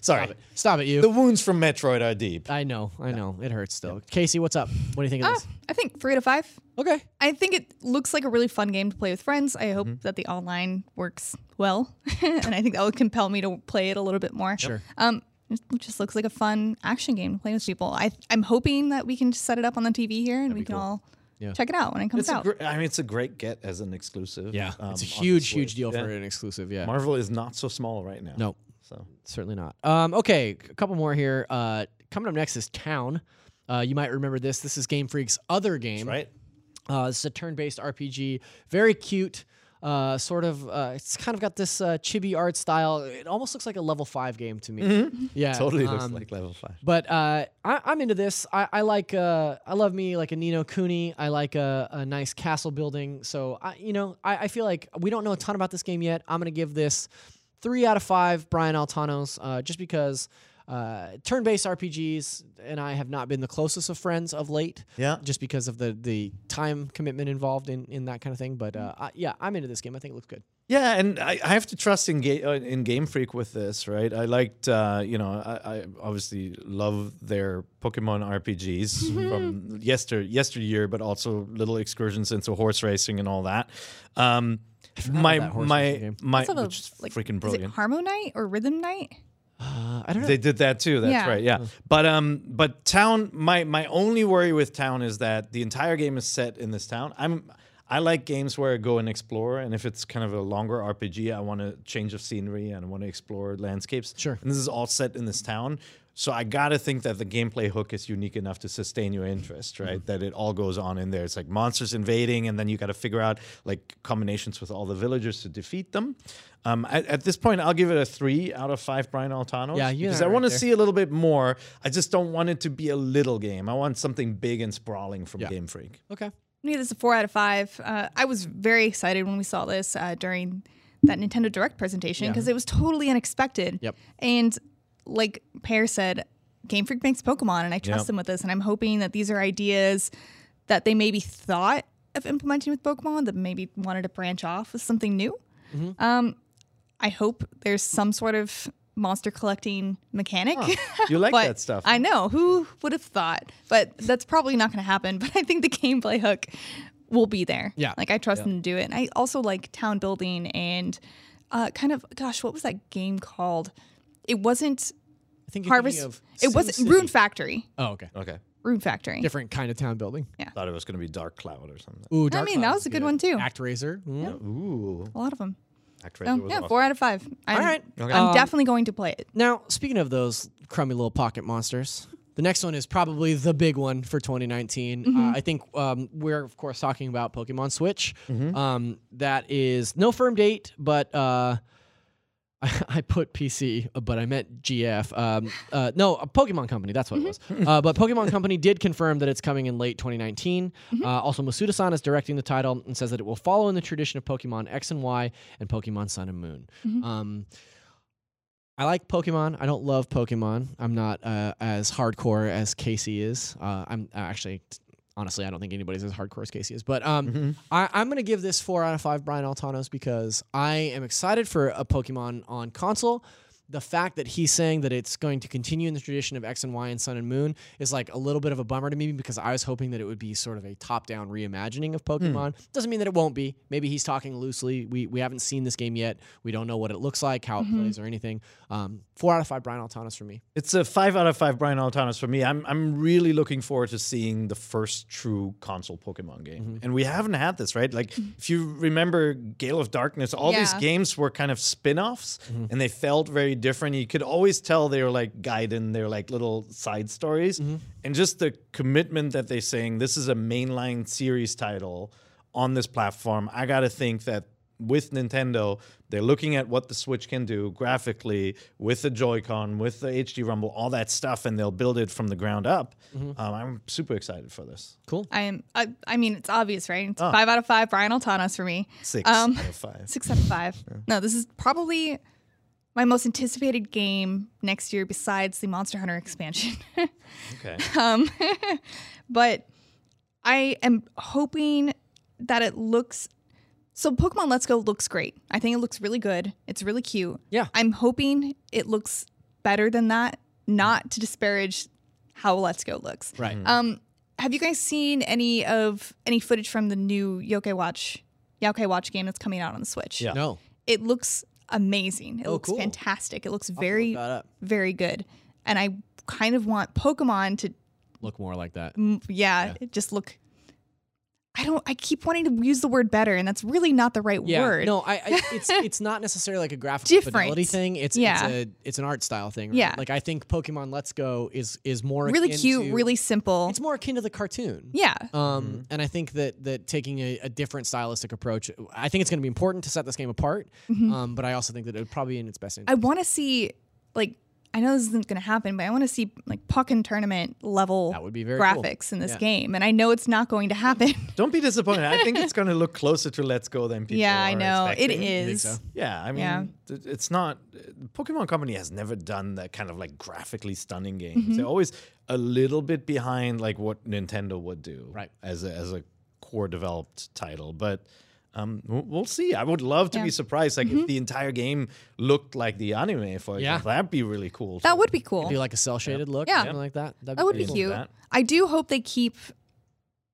Sorry.
Stop it, you.
The wounds from Metroid are deep.
I know, I know. It hurts still. Casey, what's up? What do you think of
Ah,
this?
I think three out of five.
Okay.
I think it looks like a really fun game to play with friends. I
Mm-hmm.
hope that the online works well, [laughs] and I think that would compel me to play it a little bit more.
Sure.
Um, it just looks like a fun action game to play with people. I I'm hoping that we can just set it up on the TV here and we can all
Yeah.
check it out when it comes
It's a
out.
gr- I mean, it's a great get as an exclusive.
Yeah. it's a
um, on the
huge, huge
Switch.
deal
Yeah.
for an exclusive. Yeah.
Marvel is not so small right now.
no,
So
certainly not. Um, okay, c- a couple more here. Uh, coming up next is Town. Uh, you might remember this. This is Game Freak's other game.
right.
Uh, it's a turn-based RPG. Very cute. Uh, sort of. Uh, it's kind of got this uh, chibi art style. It almost looks like a level five game to me. Yeah,
Mm-hmm. Totally looks
um,
like level five.
But uh, I, I'm into this. I, I like. Uh, I love me like a Nino Cooney. I like a, a nice castle building. So I, you know, I, I feel like we don't know a ton about this game yet. I'm gonna give this three out of five Brian Altanos, uh, just because. Uh, turn-based RPGs and I have not been the closest of friends of late.
Yeah.
just because of the the time commitment involved in in that kind of thing. But uh, I, yeah, I'm into this game. I think it looks good.
Yeah, and I, I have to trust in, ga- uh, in Game Freak with this, right? I liked, uh, you know, I, I obviously love their Pokemon RPGs from yester yesteryear, but also little excursions into horse racing and all that. Um, my
that horse racing
my
game.
my,
It's of a,
which is freaking
Is it
brilliant.
Harmo Night or Rhythm Night?
Uh, I don't know.
They did that too. That's
Yeah.
right. Yeah. But um, but town. My my only worry with town is that the entire game is set in this town. I'm I like games where I go and explore, and if it's kind of a longer RPG, I want to change of scenery and I want to explore landscapes.
Sure.
And this is all set in this town. So I gotta think that the gameplay hook is unique enough to sustain your interest, right? That it all goes on in there. It's like monsters invading, and then you gotta figure out like combinations with all the villagers to defeat them. Um, at, at this point, I'll give it a three out of five Brian Altanos.
Yeah, you
because
are
I want
right
to
there.
see a little bit more. I just don't want it to be a little game. I want something big and sprawling from
Yeah.
Game
[laughs]
Freak.
okay.
I mean, this is a four out of five. Uh, I was very excited when we saw this uh, during that Nintendo Direct presentation because it was totally unexpected.
Yep.
And like Pear said, Game Freak makes Pokemon, and I trust
Yep.
them with this. And I'm hoping that these are ideas that they maybe thought of implementing with Pokemon that maybe wanted to branch off with something new. Um, I hope there's some sort of monster collecting mechanic.
You like
[laughs] But
that stuff?
I know. Who would have thought? But that's probably not going to happen. [laughs] But I think the gameplay hook will be there.
Yeah.
Like I trust them to do it. And I also like town building and uh, kind of, gosh, what was that game called? It wasn't
I think you're
Harvest.
thinking of
it
Sim
wasn't
City.
Rune Factory.
Oh, okay.
okay.
Rune Factory.
Different kind of town building.
Thought it was gonna be Dark Cloud or something.
Ooh,
I
Dark
mean, that
Cloud
was a good one too.
ActRaiser. Mm.
Ooh.
A lot of them.
Actraiser
So,
was
Oh, yeah,
awesome.
four out of five. I'm,
All right.
Okay.
I'm
Um,
definitely going to play it.
Now, speaking of those crummy little pocket monsters, the next one is probably the big one for 2019. Uh, I think um, we're, of course, talking about Pokemon Switch. Um, that is no firm date, but. Uh, [laughs] I I put PC, uh, but I meant GF. Um, uh, no, a Pokemon Company. That's what it was. Uh, but Pokemon Company did confirm that it's coming in late 2019. Uh, also, Masuda-san is directing the title and says that it will follow in the tradition of Pokemon X and Y and Pokemon Sun and Moon. Um, I like Pokemon. I don't love Pokemon. I'm not uh, as hardcore as Casey is. Uh, I'm uh, actually. Honestly, I don't think anybody's as hardcore as Casey is, but um, I, I'm going to give this four out of five Brian Altanos because I am excited for a Pokemon on console. The fact that he's saying that it's going to continue in the tradition of X and Y and Sun and Moon is like a little bit of a bummer to me because I was hoping that it would be sort of a top-down reimagining of Pokemon. Doesn't mean that it won't be. Maybe he's talking loosely. We we haven't seen this game yet. We don't know what it looks like, how it plays, or anything. Um, four out of five Brian Altanos for me.
It's a five out of five Brian Altanas for me. I'm I'm really looking forward to seeing the first true console Pokemon game,
Mm-hmm.
and we haven't had this right. Like if you remember Gale of Darkness, all these
Mm-hmm. Yeah.
games were kind of spin-offs, and they felt very different. You could always tell they were like Gaiden, they were like little side stories, and just the commitment that they're saying this is a mainline series title on this platform. I gotta think that with Nintendo, they're looking at what the Switch can do graphically with the Joy-Con, with the HD Rumble, all that stuff, and they'll build it from the ground up. Um, I'm super excited for this.
Cool.
I am. I, I mean, it's obvious, right?
Oh.
It's five out of five. Brian Altanas for me.
Six
Um,
out of
[laughs]
five.
Six out of five. No, this is probably my most anticipated game next year besides the Monster Hunter expansion. [laughs]
Okay.
but I am hoping that it looks so Pokemon Let's Go looks great. I think it looks really good. It's really cute.
Yeah.
I'm hoping it looks better than that, not to disparage how Let's Go looks.
Right.
Um, have you guys seen any of any footage from the new Yokai Watch Yokai Watch game that's coming out on the Switch?
Yeah.
No.
It looks amazing. It
Oh,
looks
cool.
fantastic. It looks very,
Look that up.
very good. And I kind of want Pokemon to
Look more like that.
mm, yeah, it just look I don't I keep wanting to use the word better and that's really not the right
Yeah.
word.
No, I, I it's it's not necessarily like a graphical
Different.
fidelity thing. It's
Yeah.
it's a it's an art style thing. Right?
Yeah.
Like I think Pokemon Let's Go is is more
really
akin
cute,
to-
really simple.
It's more akin to the cartoon.
Yeah.
Um, and I think that that taking a, a different stylistic approach, I think it's going to be important to set this game apart. Um, but I also think that it would probably be in its best
Mm-hmm. I
interest.
want to see like I know this isn't going to happen, but I want to see like puck and tournament level
That would be very cool.
graphics in this
Yeah.
game, and I know it's not going to happen. [laughs]
Don't be disappointed. I think it's going to look closer to Let's Go than people.
yeah, I
are
know it
expecting.
think
is.
so?
Yeah, I mean,
Yeah.
th- it's not. Pokemon Company has never done that kind of like graphically stunning games.
Mm-hmm.
They're always a little bit behind like what Nintendo would do,
Right.
As a, as a core developed title, but. Um, w- we'll see. I would love to be surprised.
Mm-hmm.
Like if the entire game looked like the anime, for
Yeah.
example, that'd be really cool.
That
too.
would be cool.
Do like a cell shaded look,
Yeah.
something like that. That'd
that would be
cool.
cute.
that.
I do hope they keep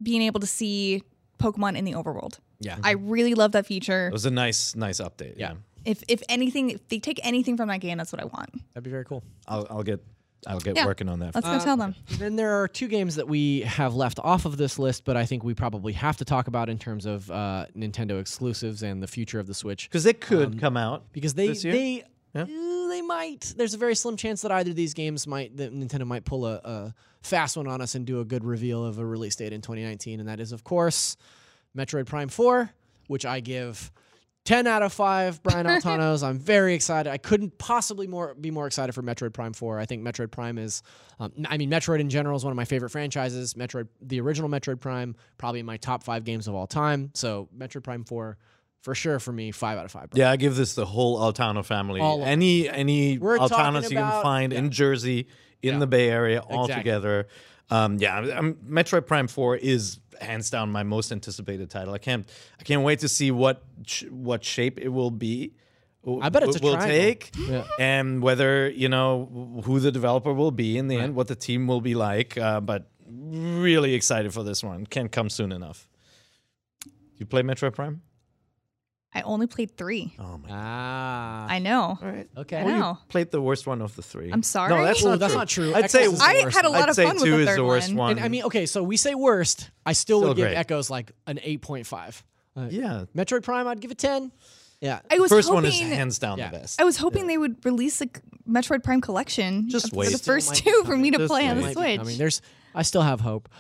being able to see Pokemon in the overworld.
Yeah.
I
Mm-hmm.
really love that feature.
It was a nice, nice update.
Yeah.
If if anything, if they take anything from that game, that's what I want.
That'd be very cool.
I'll, I'll get, I'll get
Yeah.
working on that.
Uh,
Let's go tell them.
Then there are two games that we have left off of this list, but I think we probably have to talk about in terms of uh, Nintendo exclusives and the future of the Switch
because it could
Um,
come out.
because they
This year?
they uh, they might. There's a very slim chance that either of these games might that Nintendo might pull a, a fast one on us and do a good reveal of a release date in 2019, and that is of course Metroid Prime 4, which I give. 10 out of 5 Brian Altanos. I'm very excited. I couldn't possibly more be more excited for Metroid Prime 4. I think Metroid Prime is um, n- I mean Metroid in general is one of my favorite franchises. Metroid the original Metroid Prime probably in my top 5 games of all time. So Metroid Prime 4 for sure for me 5 out of 5. Brian.
Yeah, I give this the whole Altano family.
All of
any any
We're
Altanos
talking
you can
about-
find in Jersey, in
Yeah.
the Bay Area, all
Exactly.
together. Um, yeah, i Metroid Prime Four is hands down my most anticipated title. I can't I can't wait to see what sh- what shape it will be.
I bet it's a
will
triangle.
take, and whether you know who the developer will be in the end, what the team will be like. Uh, but really excited for this one. Can't come soon enough. You play Metroid Prime?
I only played three.
Oh my!
Ah.
I know.
All right.
Okay.
Well,
You
No.
played the worst one of the three.
I'm sorry?
No, that's
Ooh,
not
that's
true.
not true.
I'd say
Xbox is the
I
worst
had a
one.
lot
I'd
of
say
fun with
two
the
is
third
the worst one.
And I mean, okay, so we say worst. I still,
Still
would give
great.
Echoes like an 8.5. Uh,
Yeah,
Metroid Prime, I'd give it 10. Yeah.
I was
first one
hoping,
is hands down
Yeah.
the best.
I was hoping they would release a c- Metroid Prime collection
Just
for
wait.
the
Still
first
might
two for me to
Just
play on the
wait.
Switch.
I mean, there's, I still have hope.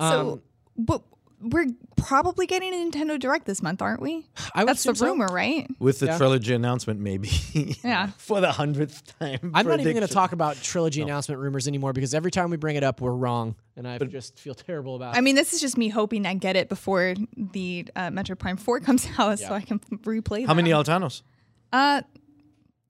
so,
Um,
but we're probably getting a Nintendo Direct this month, aren't we?
I would
That's the
assume so.
rumor, right?
With the
Yeah.
trilogy announcement, maybe.
[laughs] Yeah.
[laughs] For the hundredth time.
I'm not even going to
prediction.
talk about trilogy announcement rumors anymore because every time we bring it up, we're wrong. And I just feel terrible about
I mean, this is just me hoping I get it before the uh, Metroid Prime 4 comes [laughs] out so I can replay
How
them.
many Altanos?
Uh,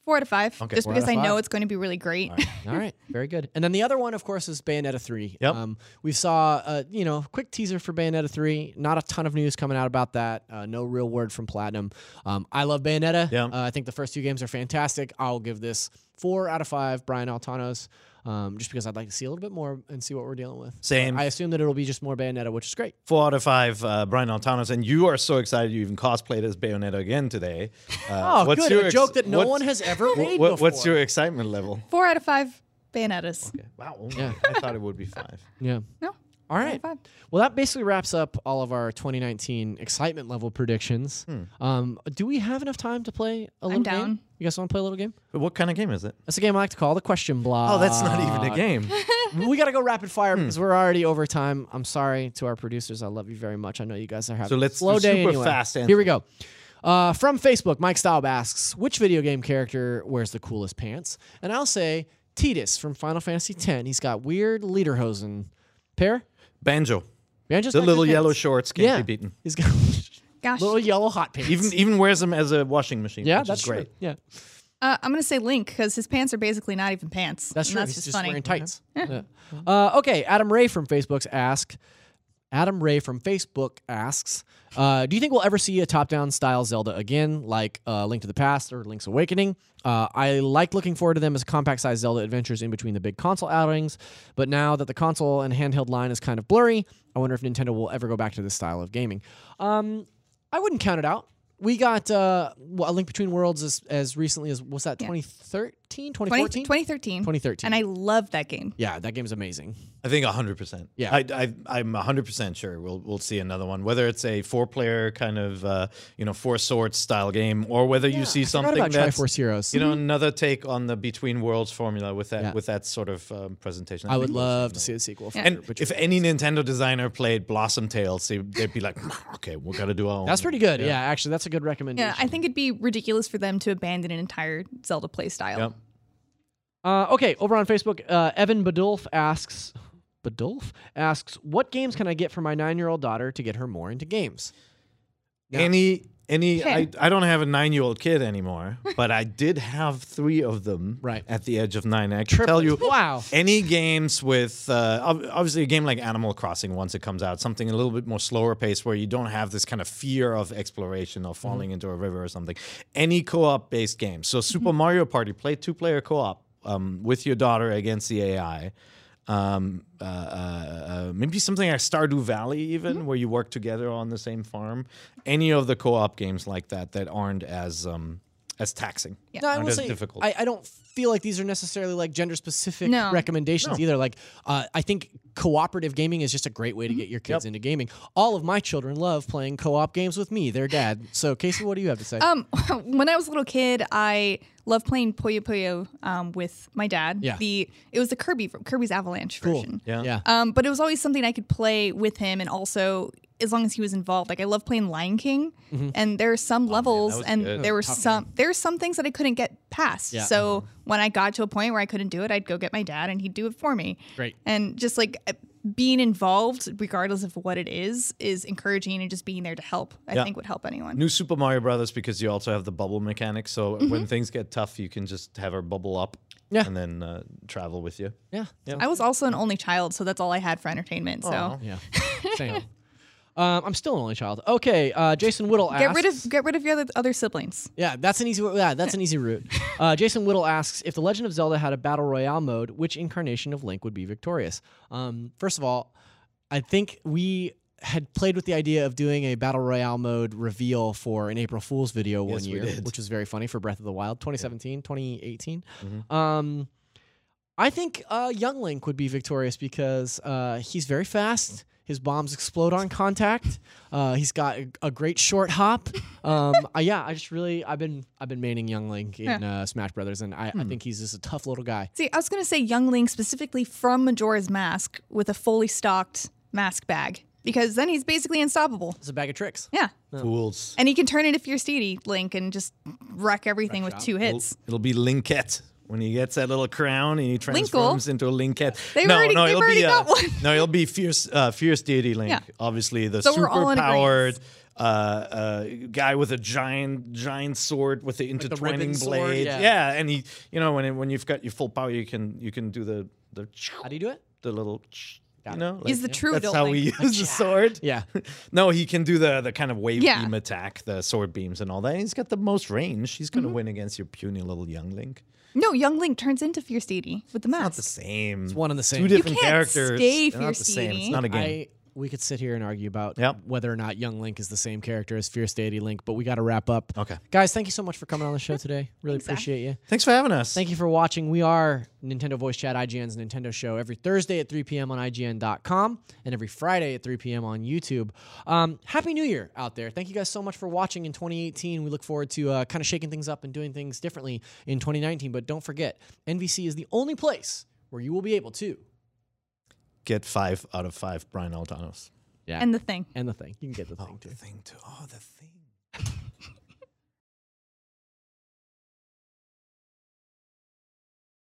four out of five.
Okay,
just
four
because
out
I
of
know
five.
it's going to be really great.
it. All right. Very good. And then the other one, of course, is Bayonetta 3.
Yep.
we saw, uh, you know, quick teaser for Bayonetta 3. Not a ton of news coming out about that. Uh, no real word from Platinum. Um, I love Bayonetta.
Yeah.
Uh, I think the first two games are fantastic. I'll give this four out of five Brian Altanos, um, just because I'd like to see a little bit more and see what we're dealing with.
Same.
I assume that it'll be just more Bayonetta, which is great.
Four out of five, uh, Brian Altanos. And you are so excited you even cosplayed as Bayonetta again today. Uh,
[laughs] Oh, good. a
ex-
joke that no
what's-
one has ever
wha-
made
wha-
before.
What's your excitement [laughs] level?
[laughs] Four out of five Bayonettas.
Wow. only- I thought it would be five.
Yeah.
No.
All right.
five.
Well, that basically wraps up all of our 2019 excitement level predictions.
Hmm.
Um, do we have enough time to play a little
down.
game? You guys want to play a little game?
But what kind of game is it?
That's a game I like to call the question block.
Oh, that's not
Uh,
even a game. Hmm.
game. we got to go rapid fire because we're already over time. I'm sorry to our producers. I love you very much. I know you guys are having
So let's
a slow
do
day
super
anyway.
fast
Here we go. Uh, from Facebook, Mike Staub asks, which video game character wears the coolest pants? And I'll say Titus from Final Fantasy X. He's got weird lederhosen. Pair?
Banjo.
Banjo's
The
got [laughs]
little
good
yellow
pants.
shorts can't
Yeah.
be beaten.
He's got [laughs]
Gosh.
little yellow hot pants.
Even even wears them as a washing machine.
yeah,
which
that's
is great.
True. Yeah,
Uh, I'm going to say Link because his pants are basically not even pants.
that's
and
true.
That's
He's
Mm-hmm. just,
just
funny.
wearing tights. Yeah. Uh, okay, Adam Ray from Facebook's ask Adam Ray from Facebook asks, uh, "Do you think we'll ever see a top-down style Zelda again, like uh, Link to the Past or Link's Awakening? Uh, I like looking forward to them as compact-sized Zelda adventures in between the big console outings, but now that the console and handheld line is kind of blurry, I wonder if Nintendo will ever go back to this style of gaming. Um, I wouldn't count it out." We got uh, well, a Link Between Worlds as, as recently as, what's that, 2013,
20,
2014?
2013.
2013.
And I loved that game.
yeah, that game's amazing.
I think 100%.
Yeah.
I, I, I'm 100% sure we'll, we'll see another one, whether it's a four player kind of, uh, you know, four swords style game or whether you see
Forgot
something
about
that's,
Triforce Heroes.
you know, another take on the Between Worlds formula with that
Yeah.
with that sort of um, presentation.
I would
think
love to see a sequel. for
And
Between
if any Nintendo designer played Blossom Tales, they- they'd be like, [laughs] okay, we got to do our own.
That's pretty good. Yeah. actually, that's a good recommendation.
Yeah, I think it'd be ridiculous for them to abandon an entire Zelda playstyle.
Yep.
Uh, okay, over on Facebook, uh, Evan Badulf asks, Badulf asks, what games can I get for my nine-year-old daughter to get her more into games? Yeah.
Any any I,
Okay.
I don't have a nine year old kid anymore, but I did have three of them
Right.
at the age of nine. I can tell you
[laughs]
Wow.
any games with uh, ob- obviously a game like Animal Crossing once it comes out, something a little bit more slower pace where you don't have this kind of fear of exploration or falling into a river or something. Any co-op based game. So Super Mario Party, play two player co-op um, with your daughter against the AI. Um, uh, uh, uh, maybe something like Stardew Valley, even where you work together on the same farm. Any of the co-op games like that that aren't as um, as taxing.
No, I
Aren't
will
as
say,
difficult.
I, I don't feel like these are necessarily like gender-specific
No.
recommendations either. Like, uh, I think cooperative gaming is just a great
Mm-hmm.
way to get your kids into gaming. All of my children love playing co-op games with me, their dad. So, Casey, what do you have to say?
Um, [laughs] when I was a little kid, I loved playing Puyo Puyo um, with my dad.
Yeah.
The it was the Kirby Kirby's Avalanche version.
Yeah.
yeah.
Um, but it was always something I could play with him, and also as long as he was involved. Like I love playing Lion King,
Mm-hmm.
and there are some levels,
Oh, was
and
good.
there were some there are some things that I couldn't get past.
Yeah.
So
Uh-huh.
when I got to a point where I couldn't do it, I'd go get my dad, and he'd do it for me.
Great.
And just like uh, being involved, regardless of what it is, is encouraging, and just being there to help, I
Yeah.
think would help anyone.
New Super Mario Brothers because you also have the bubble mechanic. So
Mm-hmm.
when things get tough, you can just have her bubble up
Yeah.
and then uh, travel with you.
yeah.
I was also an only child, so that's all I had for entertainment. So
Yeah.
[laughs]
Same. Um, I'm still an only child. Okay, uh, Jason Whittle asks.
get rid of get rid of your other, other siblings.
Yeah, that's an easy. Yeah, that's an easy
[laughs]
route. Uh, Jason Whittle asks if the Legend of Zelda had a battle royale mode, which incarnation of Link would be victorious? Um, first of all, I think we had played with the idea of doing a battle royale mode reveal for an April Fool's video one
Yes, we
year,
did.
which was very funny for Breath of the Wild, 2017, 2018.
Mm-hmm.
Um, I think uh, Young Link would be victorious because uh, he's very fast. His bombs explode on contact. Uh, he's got a, a great short hop. Um, [laughs] I- yeah, I just really I've been I've been maining Young Link in uh, Smash Brothers, and I, I think he's just a tough little guy.
See, I was gonna say Young Link specifically from Majora's Mask with a fully stocked mask bag because then he's basically unstoppable.
It's a bag of tricks.
Yeah,
Fools.
and he can turn into Fierce Deity Link and just wreck everything with two hits.
It'll be Linkette when he gets that little crown and he transforms into a Linkette.
They've already- they've already
be uh,
got one.
no, it'll be fierce, uh, fierce deity Link.
Yeah.
Obviously, the
So
super
we're all in
powered. Uh, uh, guy with a giant, giant sword with the intertwining
ribbon sword,
blade.
yeah.
and he, you know, when it, when you've got your full power, you can you can do the the
How do you do it?
the little you know
He's the true
that's
adult
how
Link.
we [laughs] use the sword
[laughs] Yeah.
no he can do the the kind of wave
Yeah.
beam attack the sword beams and all that he's got the most range he's going to
Mm-hmm.
win against your puny little young link
No, Young Link turns into Fierce Deity with the
not the
mask.
same it's
one and the same.
two
You
different
can't
characters
stay
They're not the same it's
Fiercini.
not a game
I we could sit here and argue about
Yep.
whether or not Young Link is the same character as Fierce Deity Link, but we got to wrap up.
Okay.
guys, thank you so much for coming on the show today. Really
Zach.
appreciate you.
thanks for having us
Thank you for watching. We are Nintendo Voice Chat, IGN's Nintendo show, every Thursday at 3 p.m. on IGN.com and every Friday at 3 p.m. on YouTube. Um, Happy New Year out there. Thank you guys so much for watching in 2018. We look forward to uh, kind of shaking things up and doing things differently in 2019. But don't forget, NVC is the only place where you will be able to.
get five out of five brian aldanos
Yeah.
And the thing.
and the thing. You can get the thing too.
thing to oh the thing